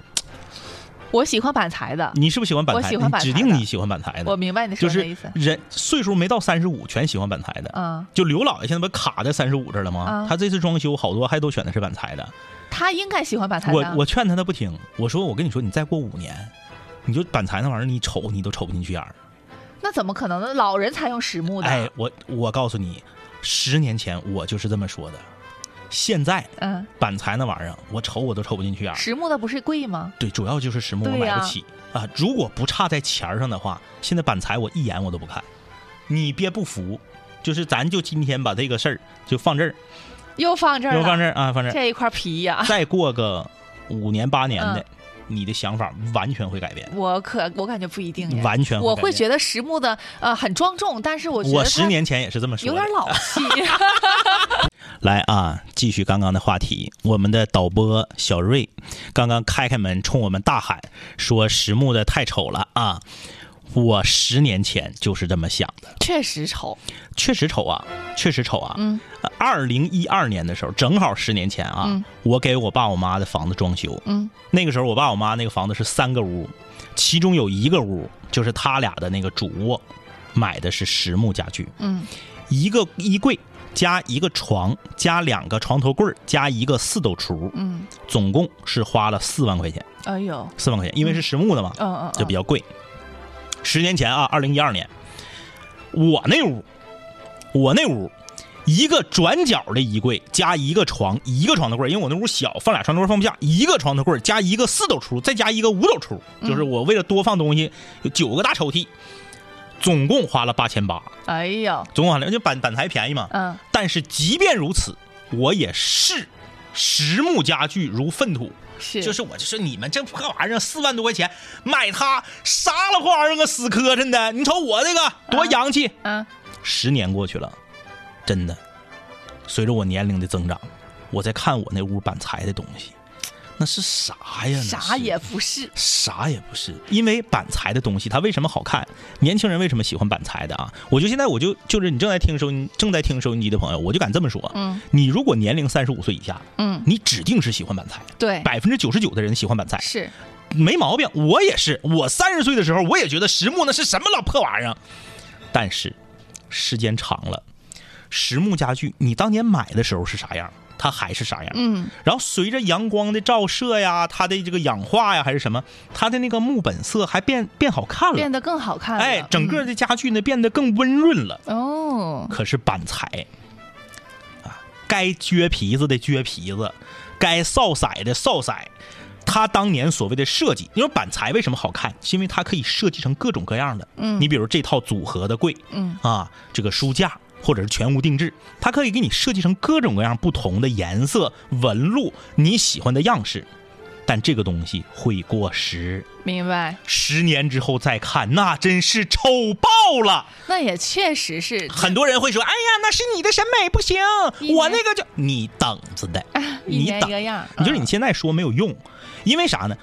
G: 我喜欢板材的，
A: 你是不是喜欢板
G: 我
A: 材？
G: 喜欢板
A: 你指
G: 材
A: 定
G: 的
A: 你喜欢板材的。
G: 我明白你
A: 就
G: 说的
A: 是
G: 意思。
A: 人岁数没到三十五，全喜欢板材的。
G: 嗯，
A: 就刘老爷现在不卡在三十五这儿了吗？
G: 啊
A: 他这次装修好多还都选的是板材的。
G: 他应该喜欢板材的。啊
A: 我我劝他，他不听。我说我跟你说，你再过五年，你就板材那玩意儿，你瞅你都瞅不进去眼儿。
G: 那怎么可能呢？老人才用实木的。
A: 哎，我我告诉你，十年前我就是这么说的。现在
G: 嗯，
A: 板材那玩意儿，我瞅我都瞅不进去眼儿。
G: 实木的不是贵吗？
A: 对，主要就是实木我
G: 对呀
A: 买不起啊、如果不差在钱儿上的话，现在板材我一眼我都不看。你别不服，就是咱就今天把这个事儿就放这儿，
G: 又放这儿了，
A: 就放这儿啊，放这儿。
G: 这一嗯块皮呀、
A: 再过个五年八年的，你的想法完全会改变。
G: 我可我感觉不一定耶，
A: 完全会
G: 嗯我
A: 改
G: 会
A: 变
G: 觉得实木的呃很庄重，但是我觉得
A: 我
G: 它
A: 十年前也是这么说
G: 有
A: 的
G: 点。老气。
A: 来啊，继续刚刚的话题。我们的导播小瑞刚刚开开门，冲我们大喊说：“实木的太丑了啊！”我十年前就是这么想的。
G: 确实丑，
A: 确实丑啊，确实丑啊。嗯，二零一二年的时候，正好十年前啊，我给我爸我妈的房子装修。
G: 嗯，
A: 那个时候我爸我妈那个房子是三个屋，其中有一个屋就是他俩的那个主卧，买的是实木家具。
G: 嗯，
A: 一个衣柜加一个床加两个床头柜儿加一个四斗橱，
G: 嗯，
A: 总共是花了四万块钱，
G: 哎呦，
A: 四万块钱，因为是实木的嘛，
G: 嗯嗯，
A: 就比
G: 较
A: 较贵。十年前啊，二零一二年，我那屋，我那屋一个转角的衣柜加一个床，一个床头柜，因为我那屋小，放俩床头柜放不下，一个床头柜加一个四斗橱，再加一个五斗橱，
G: 嗯
A: 就是我为了多放东西，有九个大抽屉，总共花了八千八，
G: 哎呦，
A: 总共花了就板板材便宜嘛。
G: 嗯，
A: 但是即便如此，我也视实木家具如粪土。
G: 是
A: 就是我就说你们这破玩意儿四万多块钱买它，啥了破玩意儿个死磕碜的！你瞅我这个多洋气！
G: 嗯，
A: 啊十年过去了，真的，随着我年龄的增长，我在看我那屋板材的东西，那是啥呀？那是
G: 啥也不是，
A: 啥也不是，因为板材的东西它为什么好看？年轻人为什么喜欢板材的啊？我就现在我就就是你正在听收音正在听收音机的朋友，我就敢这么说，
G: 嗯，
A: 你如果年龄三十五岁以下，
G: 嗯，
A: 你指定是喜欢板材，
G: 对，
A: 百分之九十九的人喜欢板材，
G: 是
A: 没毛病，我也是。我三十岁的时候，我也觉得实木那是什么老破玩意儿。但是时间长了，实木家具你当年买的时候是啥样，它还是啥样。
G: 嗯，
A: 然后随着阳光的照射呀，它的这个氧化呀，还是什么，它的那个木本色还变变好看了。
G: 变得更好看了。
A: 嗯哎，整个的家具呢变得更温润了。
G: 嗯哦，
A: 可是板材啊，该撅皮子的撅皮子，该扫色的扫色。它当年所谓的设计，因为板材为什么好看，是因为它可以设计成各种各样的。
G: 嗯
A: 你比如这套组合的柜，
G: 嗯
A: 啊，这个书架或者是全屋定制，它可以给你设计成各种各样不同的颜色、纹路，你喜欢的样式。但这个东西会过时，
G: 明白。
A: 十年之后再看，那真是丑爆了。
G: 那也确实是，
A: 很多人会说：“哎呀，那是你的审美不行，
G: 一年
A: 我那个就你等着的，
G: 啊一
A: 你
G: 年
A: 等
G: 一个样儿嗯
A: 你就是你现在说没有用，因为啥呢？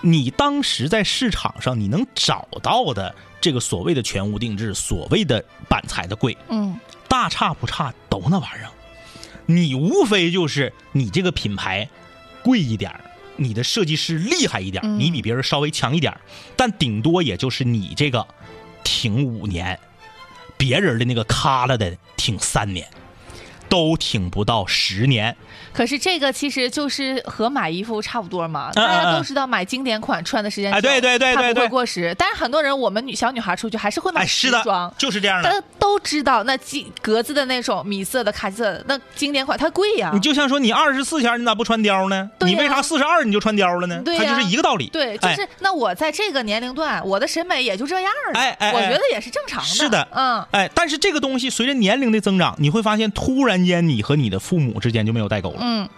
A: 你当时在市场上你能找到的这个所谓的全屋定制、所谓的板材的柜，
G: 嗯，
A: 大差不差都那玩意儿。你无非就是你这个品牌贵一点儿你的设计师厉害一点儿
G: 嗯
A: 你比别人稍微强一点儿但顶多也就是你这个挺五年，别人的那个咔啦的挺三年，都挺不到十年。
G: 可是这个其实就是和买衣服差不多嘛，大
A: 嗯
G: 家
A: 嗯
G: 都知道买经典款穿的时间久，
A: 哎对对对
G: 它
A: 对
G: 不会
A: 对
G: 过时。但是很多人，我们女小女孩出去还是会买
A: 哎，
G: 时
A: 是的
G: 装，，
A: 就是这样
G: 大
A: 的。
G: 家都知道那金格子的那种米色的、卡其色的那经典款，它贵呀
A: 你。就像说你二十四天你咋不穿貂呢？
G: 对呀
A: 你为啥四十二你就穿貂了呢？
G: 对呀
A: 它就是一个道理。
G: 对，就
A: 哎
G: 是那我在这个年龄段，我的审美也就这样了，
A: 哎哎哎
G: 我觉得也是正常的。
A: 是的
G: 嗯，
A: 哎，但是这个东西随着年龄的增长，你会发现突然间你和你的父母之间就没有代沟了。
G: 嗯，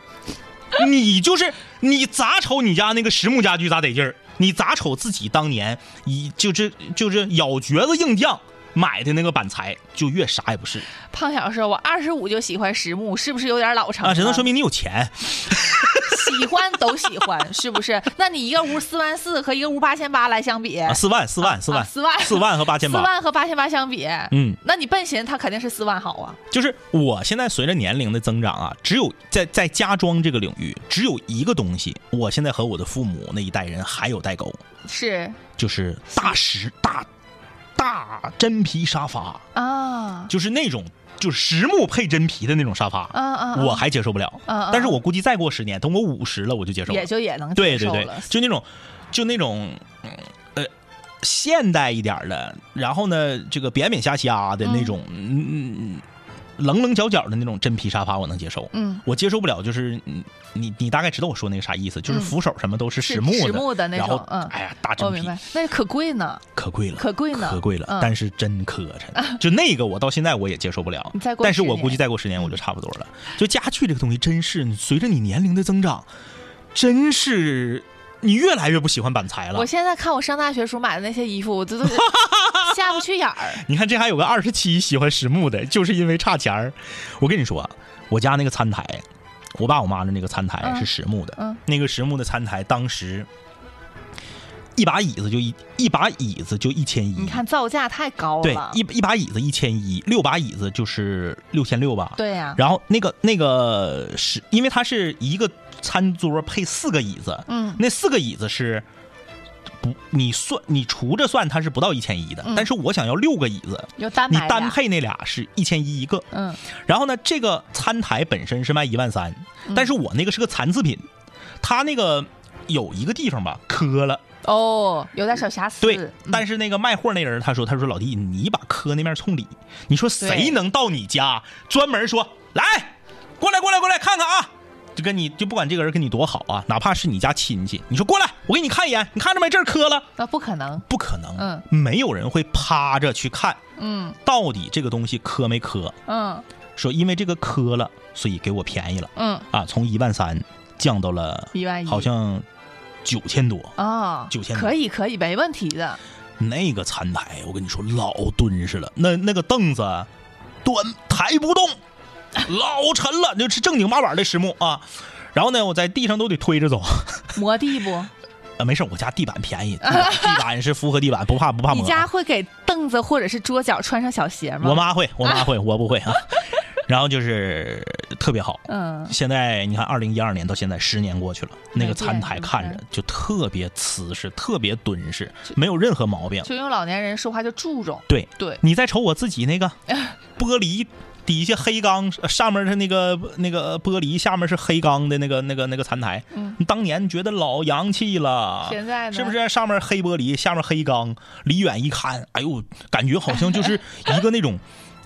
A: 你就是你咋瞅你家那个实木家具咋得劲儿，你咋瞅自己当年一就是就是咬橛子硬犟买的那个板材，就越啥也不是
G: 胖小说，我二十五就喜欢实木，是不是有点老成了？
A: 啊，只能说明你有钱。
G: 喜欢都喜欢，是不 是？那你一个屋四万四和一个屋八千八来相比，
A: 啊，四万，四万，四万，
G: 啊四万
A: 四万和八千
G: 四
A: 八。
G: 万和八千八相比，
A: 嗯，
G: 那你笨寻它肯定是四万好啊。
A: 就是我现在随着年龄的增长啊，只有在在家装这个领域，只有一个东西，我现在和我的父母那一代人还有代沟，
G: 是
A: 就是大石大大真皮沙发，
G: 啊，
A: 就是那种就是实木配真皮的那种沙发。
G: 啊啊，啊
A: 我还接受不了。
G: 嗯嗯
A: 但是我估计再过十年，等我五十了，我就接受了
G: 也。就也 能
A: 对
G: 接
A: 对
G: 受
A: 对
G: 了，
A: 就那种，就那种，嗯呃，现代一点儿的，然后呢，这个扁扁瞎瞎的那种，嗯嗯，嗯棱棱角角的那种真皮沙发，我能接受。
G: 嗯，
A: 我接受不了，就是你你你大概知道我说那个啥意思，就是
G: 嗯
A: 扶手什么都是
G: 是
A: 实木的，
G: 实木的那
A: 然后
G: 种嗯
A: 哎呀，大真
G: 我明
A: 皮
G: 白，那可贵呢。
A: 可贵了，
G: 可贵呢
A: 可贵了，
G: 嗯
A: 但是真磕 碜，就那个我到现在我也接受不了。
G: 你再嗯过
A: 但是
G: 10
A: 我估计
G: 年
A: 再过十年我就差不多了。就家具这个东西，真是随着你年龄的增长，真是你越来越不喜欢板材了
G: 我。现在看我上大学时候买的那些衣服，我都都下不去眼儿。
A: 你看这还有个二十七喜欢实木的，就是因为差钱儿。我跟你说啊，我家那个餐台，我爸我妈的那个餐台
G: 嗯
A: 是实木的，
G: 嗯
A: 那个实木的餐台当时。一把椅子就一一把椅子就一千一，
G: 你看造价太高
A: 对
G: 了，，
A: 一一把椅子一千一，六把椅子就是六千六吧。。
G: 对呀，
A: 然后那个那个是因为它是一个餐桌配四个椅子，
G: 嗯
A: 那四个椅子是不你算你除着算它是不到一千一的，但是我想要六个椅子，
G: 有嗯单
A: 你
G: 买
A: 单
G: 俩，
A: 配那俩是一千一一个。
G: 嗯，
A: 然后呢，这个餐台本身是卖一万三，
G: 嗯
A: 但是我那个是个残次品，它那个有一个地方吧磕了，
G: 哦，有点小瑕疵。嗯
A: 对，但
G: 是
A: 是那个卖货那人他说，他说老弟，你把磕那面冲理，你说谁
G: 对
A: 能到你家专门说来，过来过来过来看看啊？就跟你就不管这个人跟你多好啊，哪怕是你家亲戚，你说过来，我给你看一眼，你看着没？这儿磕了，
G: 那不可能。
A: 不可能，
G: 嗯
A: 没有人会趴着去看
G: 嗯
A: 到底这个东西磕没磕。
G: 嗯
A: 说因为这个磕了，所以给我便宜了
G: 嗯
A: 啊，从一万三降到了
G: 1万1
A: 好像九千多。
G: 哦，
A: 9000
G: 可以可以，没问题的。
A: 那个餐台，我跟你说老敦实了，那那个凳子端抬不动，老沉了，就是正经八板的实木啊。然后呢，我在地上都得推着走。
G: 磨地不？
A: 啊，没事，我家地板便宜，地板地 板是复合地板， 不怕不啊怕
G: 你
A: 磨。
G: 家会给凳子或者是桌角穿上小鞋吗？
A: 我妈会，我妈会，我不 会啊。然后就是特别好，
G: 嗯，
A: 现在你看，二零一二年到现在十年过去了，那个餐台
G: 没变
A: 看
G: 是
A: 着
G: 不
A: 就特别瓷实，特别敦实，没有任何毛病。
G: 就用老年人说话就注重。
A: 对
G: 对
A: 你再瞅我自己那个玻璃底下黑钢，呃上面是那个那个呃玻璃，下面是黑钢的那个那个那个残台。
G: 嗯，
A: 当年觉得老洋气了，
G: 现在呢
A: 是不是上面黑玻璃，下面黑钢？离远一看，哎呦，感觉好像 就是一个那种，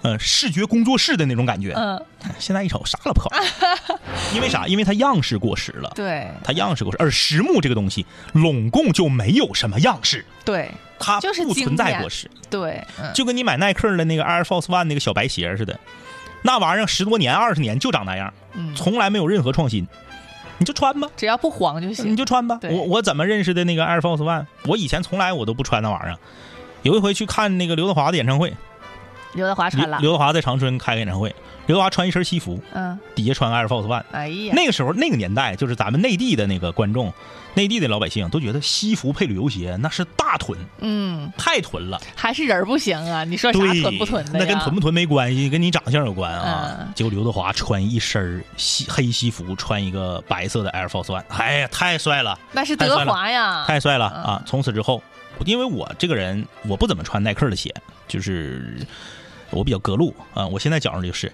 A: 呃，视觉工作室的那种感觉。
G: 嗯，
A: 现在一瞅，啥了破玩意 儿因为啥？因为它样式过时了。
G: 对
A: 它样式过时，而实木这个东西拢共就没有什么样式，
G: 对
A: 它
G: 就是
A: 不存
G: 经
A: 在
G: 典
A: 过时。
G: 对，嗯，
A: 就跟你买耐克的那个 Air Force One 那个小白鞋似的，那玩意儿十多年、二十年就长那样，
G: 嗯
A: 从来没有任何创新。你就穿吧，
G: 只要不黄就行
A: 你。就穿吧。
G: 对
A: 我我怎么认识的那个 Air Force One？我以前从来我都不穿那玩意儿。有一回去看那个刘德华的演唱会，
G: 刘德华
A: 刘
G: 穿了，
A: 刘德华在长春开个演唱会，刘德华穿一身西服，
G: 嗯，
A: 底下穿 Air Force One。
G: 哎呀，
A: 那个时候那个年代，就是咱们内地的那个观众，内地的老百姓都觉得西服配旅游鞋那是大臀，
G: 嗯，
A: 太臀了。
G: 还是人儿不行啊？你说 啥
A: 对，
G: 臀不臀的呀？
A: 那跟臀不臀没关系，跟你长相有关啊
G: 嗯。
A: 结果刘德华穿一身儿西黑西服，穿一个白色的 Air Force One，哎呀，太帅了，
G: 那是德华呀，
A: 太帅了啊！从此之后，因为我这个人我不怎么穿耐克的鞋，就是我比较隔路啊。我现在脚上就是，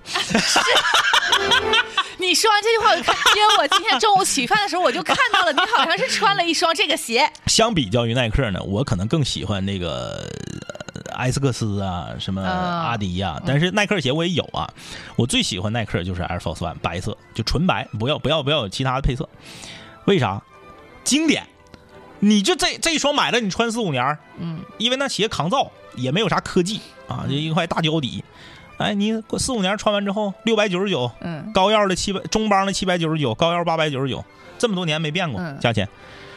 G: 你说完这句话，我就看，因为我今天中午起饭的时候，我就看到了你好像是穿了一双这个鞋。
A: 相比较于耐克呢，我可能更喜欢那个。呃埃斯克斯啊，什么
G: 啊
A: 阿迪呀、但是耐克鞋我也有啊。我最喜欢耐克就是 Air Force One 白色，就纯白，不要不要不要有其他的配色。为啥？经典。你就这这一双买了，你穿四五年儿
G: 嗯，
A: 因为那鞋抗造，也没有啥科技啊，就一块大胶底。哎，你过四五年穿完之后，六百九十九，
G: 嗯，
A: 高腰的七百，中帮的七百九十九，高腰八百九十九，这么多年没变过
G: 嗯
A: 价钱，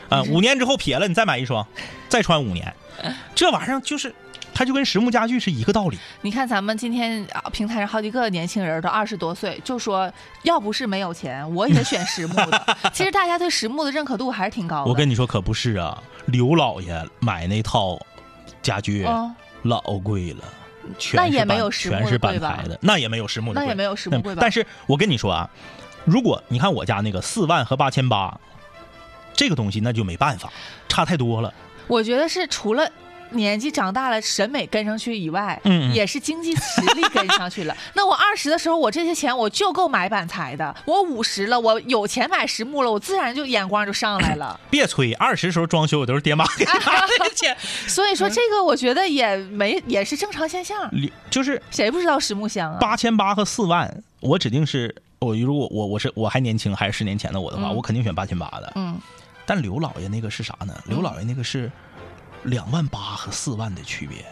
A: 啊、 五年之后撇了，你再买一双，再穿五年，
G: 嗯
A: 这玩意儿就是，它就跟实木家具是一个道理。
G: 你看咱们今天啊平台上好几个年轻人都二十多岁，就说要不是没有钱，我也选实木 的。其实大家对实木的认可度还是挺高的。
A: 我跟你说可不是啊，刘老爷买那套家具、
G: 嗯，
A: 老贵了，全
G: 那
A: 是
G: 也没
A: 板
G: 有实
A: 全
G: 木
A: 是
G: 的贵
A: 板
G: 吧
A: 材的，那也没有实木的
G: 那
A: 贵，嗯
G: 也没有实木贵吧
A: 但是我跟你说啊，如果你看我家那个四万和八千八，这个东西那就没办法，差太多了。
G: 我觉得是除了。年纪长大了，审美跟上去以外，
A: 嗯嗯
G: 也是经济实力跟上去了。 那我二十的时候，我这些钱我就够买板材的；我五十了，我有钱买实木了，我自然就眼光就上 来了。
A: 别吹，二十时候装修我都是爹妈给
G: 啊
A: 拿的钱，
G: 所
A: 嗯
G: 以说这个我觉得也没也是正常现象，
A: 刘就是
G: 谁不知道实木香啊？
A: 八千八和四万，我指定是我如果我我是我还年轻，还是十年前的我的话，
G: 嗯
A: 我肯定选八千八的。
G: 嗯，
A: 但刘老爷那个是啥呢？刘老爷那个是两万八和四万的区别。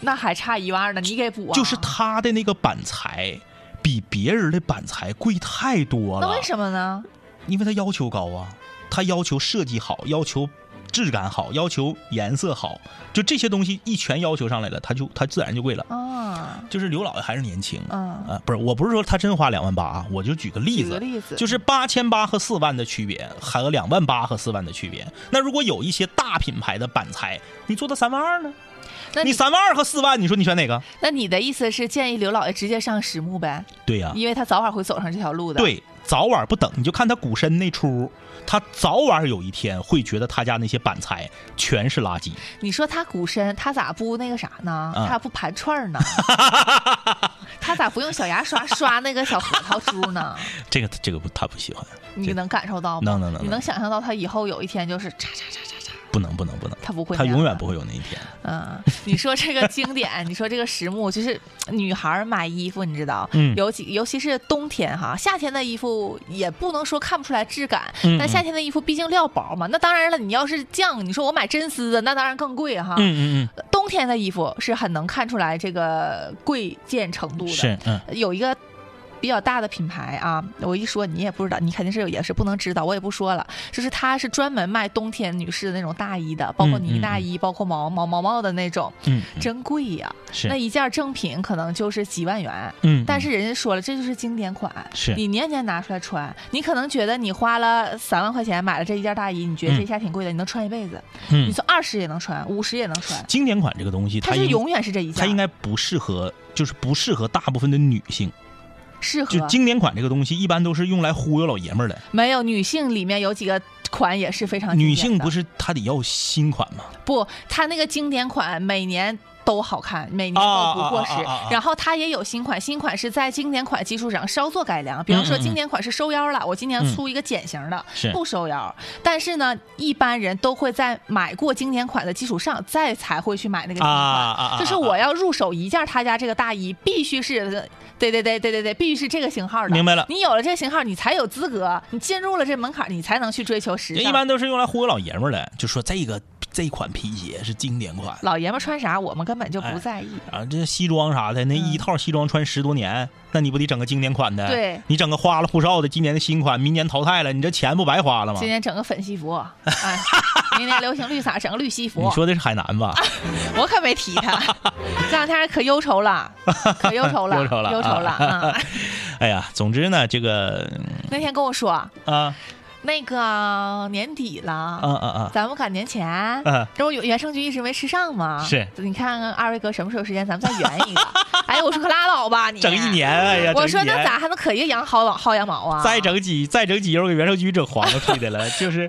G: 那还差一万二呢，你给补啊？
A: 就是他的那个板材比别人的板材贵太多了。
G: 那为什么呢？
A: 么？因为他要求高啊，他要求设计好，要求质感好，要求颜色好，就这些东西一全要求上来了，他就他自然就贵了。
G: 啊，
A: 就是刘老爷还是年轻，
G: 嗯
A: 呃，不是，我不是说他真花两万八啊，我就举个例
G: 举
A: 子，
G: 个例子
A: 就是八千八和四万的区别，还有两万八和四万的区别。那如果有一些大品牌的板材，你做到三万二呢？
G: 那
A: 你
G: 你
A: 三万二和四万，你说你选哪个？
G: 那你的意思是建议刘老爷直接上实木呗，
A: 对呀、
G: 因为他早晚会走上这条路的。，
A: 啊对，早晚不等，你就看他股深那出，他早晚有一天会觉得他家那些板材全是垃圾。
G: 你说他骨深，他咋不那个啥呢？
A: 嗯
G: 他咋不盘串 儿呢？他咋不用小牙刷刷那个小核桃珠 呢？
A: 这个这个不，他不喜欢，
G: 你能感受到吗？
A: 能能能
G: 你能想象到他以后有一天就是叉叉叉叉叉，
A: 不能不能不能，
G: 他不会啊
A: 他
G: 那
A: 永
G: 样
A: 远
G: 的
A: 不会有那一天。
G: 嗯，你说这个经典，你说这个实木，就是女孩儿买衣服，你知道，
A: 嗯
G: 尤其尤其是冬天哈，夏天的衣服也不能说看不出来质感，
A: 嗯
G: 但夏天的衣服毕竟料薄嘛，那当然了，你要是绛，你说我买真丝的，那当然更贵哈。
A: 嗯嗯
G: 冬天的衣服是很能看出来这个贵贱程
A: 嗯，
G: 度的，
A: 是嗯
G: 有一个比较大的品牌啊，我一说你也不知道，你肯定是有也是不能知道，我也不说了。就是它是专门卖冬天女士的那种大衣的，包括
A: 嗯
G: 呢大衣，包括毛毛毛毛的那种，
A: 嗯，
G: 真贵呀、
A: 是
G: 那一件正品可能就是几万元。
A: 嗯，
G: 但是人家说了，这就是经典款，
A: 是
G: 你年年拿出来穿。你可能觉得你花了三万块钱买了这一件大衣，你觉得这一下挺贵的，你能穿一辈子。
A: 嗯
G: 你从二十也能穿，五十也能穿，
A: 经典款这个东西，
G: 它
A: 它
G: 是
A: 应
G: 永远是这一件，
A: 它应该不适合，就是不适合大部分的女性。
G: 适合
A: 就经典款这个东西，一般都是用来忽悠老爷们儿的。
G: 没有女性里面有几个款啊也是非常经典
A: 女
G: 的
A: 性不是她得要新款吗？
G: 不，它那个经典款每年。都好看，每年都不过时
A: 啊啊啊啊啊啊。
G: 然后它也有新款，新款是在经典款基础上稍作改良，比方
A: 嗯嗯
G: 说
A: 嗯嗯
G: 经典款是收腰了，我今年出一个茧型的
A: 是，
G: 不收腰。但是呢，一般人都会在买过经典款的基础上，再才会去买那个新
A: 啊
G: 款。
A: 啊啊！
G: 就是我要入手一件他家这个大衣，必须是，对对对对对对，必须是这个型号的。
A: 明白了
G: 你有了这个型号，你才有资格，你进入了这门槛，你才能去追求时
A: 人
G: 尚。
A: 一般都是用来忽悠老爷们儿的，就说这个这款皮鞋是经典款
G: 老爷们儿穿啥，我们根本就不在意。
A: 啊，这西装啥的，那一套西装穿十多年，那你不得整个经典款的？
G: 嗯对
A: 你整个花里胡哨的，今年的新款，明年淘汰了，你这钱不白花了吗？
G: 今年整个粉西服，哎，明年流行绿色，整个绿西服
A: 你。说的是海南吧？
G: 我可没提他，这两天可忧愁了，可忧愁了，
A: 忧愁了，
G: 忧愁了啊！
A: 哎呀，总之呢，这个嗯
G: 那天跟我说，
A: 啊
G: 那个年底了，
A: 啊啊啊，
G: 咱们赶年前，
A: 嗯
G: 这不原声剧一直没吃上吗？
A: 是
G: 你看看二位哥什么时候有时间，咱们再圆一个。 哎，我说可拉倒吧你，
A: 整一。年，哎呀，
G: 嗯我
A: 整
G: 说
A: 一
G: 那
A: 年
G: 咋还能可一个羊薅羊薅羊毛啊？
A: 再整几再整几肉给袁绍局整黄了，吹的了， 就是，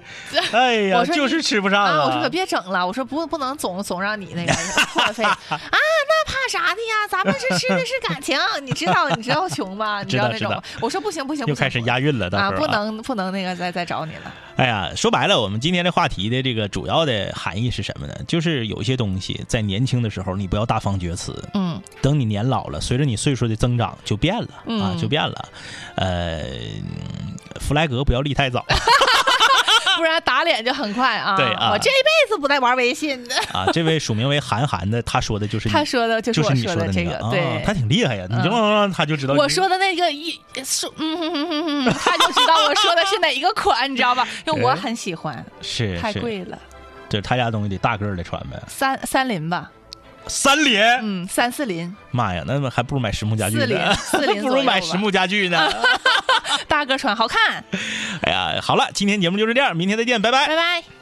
A: 哎呀，
G: 我说你
A: 就是吃不上
G: 啊！
A: 了。
G: 我说可别整了，我说不不能总总让你那个破 费啊，那怕啥的呀？咱们是吃的是感情，你知道你知道穷吧？你知道那
A: 知道
G: 种吗？我说不行不行，
A: 又
G: 不行
A: 开始押韵了，到时候
G: 啊，不能不能那个再再找你了。
A: 哎呀，说白了，我们今天这话题的这个主要的含义是什么呢？就是有一些东西在年轻的时候你不要大放厥词，
G: 嗯，
A: 等你年老了，随着你岁数的增长就变了、啊，
G: 嗯
A: 就变了。呃，弗莱格不要立太早
G: 不然打脸就很快啊。
A: 啊对啊
G: 我这辈子不带玩微信的。
A: 啊。这位署名为韩寒的，他说的就是你
G: 他说的就
A: 就是
G: 我
A: 你
G: 说
A: 的
G: 这
A: 那
G: 个，
A: 啊
G: 对。嗯
A: 他挺厉害呀，你就、他就知道
G: 我
A: 你
G: 说的那个一说，嗯哼哼哼哼，他就知道我说的是哪一个款，你知 道吧？因为我很喜欢，
A: 是
G: 太
A: 是，
G: 贵了，
A: 就是他家东西得大个儿的穿呗。
G: 三三菱吧，
A: 三连，
G: 嗯，三四菱，
A: 妈呀，那还不如买实木家具
G: 四
A: 呢
G: 零四零
A: 不
G: 左
A: 如
G: 右
A: 买
G: 吧
A: 实木家具呢。
G: 大个儿穿好看，
A: 哎呀，好了，今天节目就是这样，明天再见，拜拜
G: 拜。拜。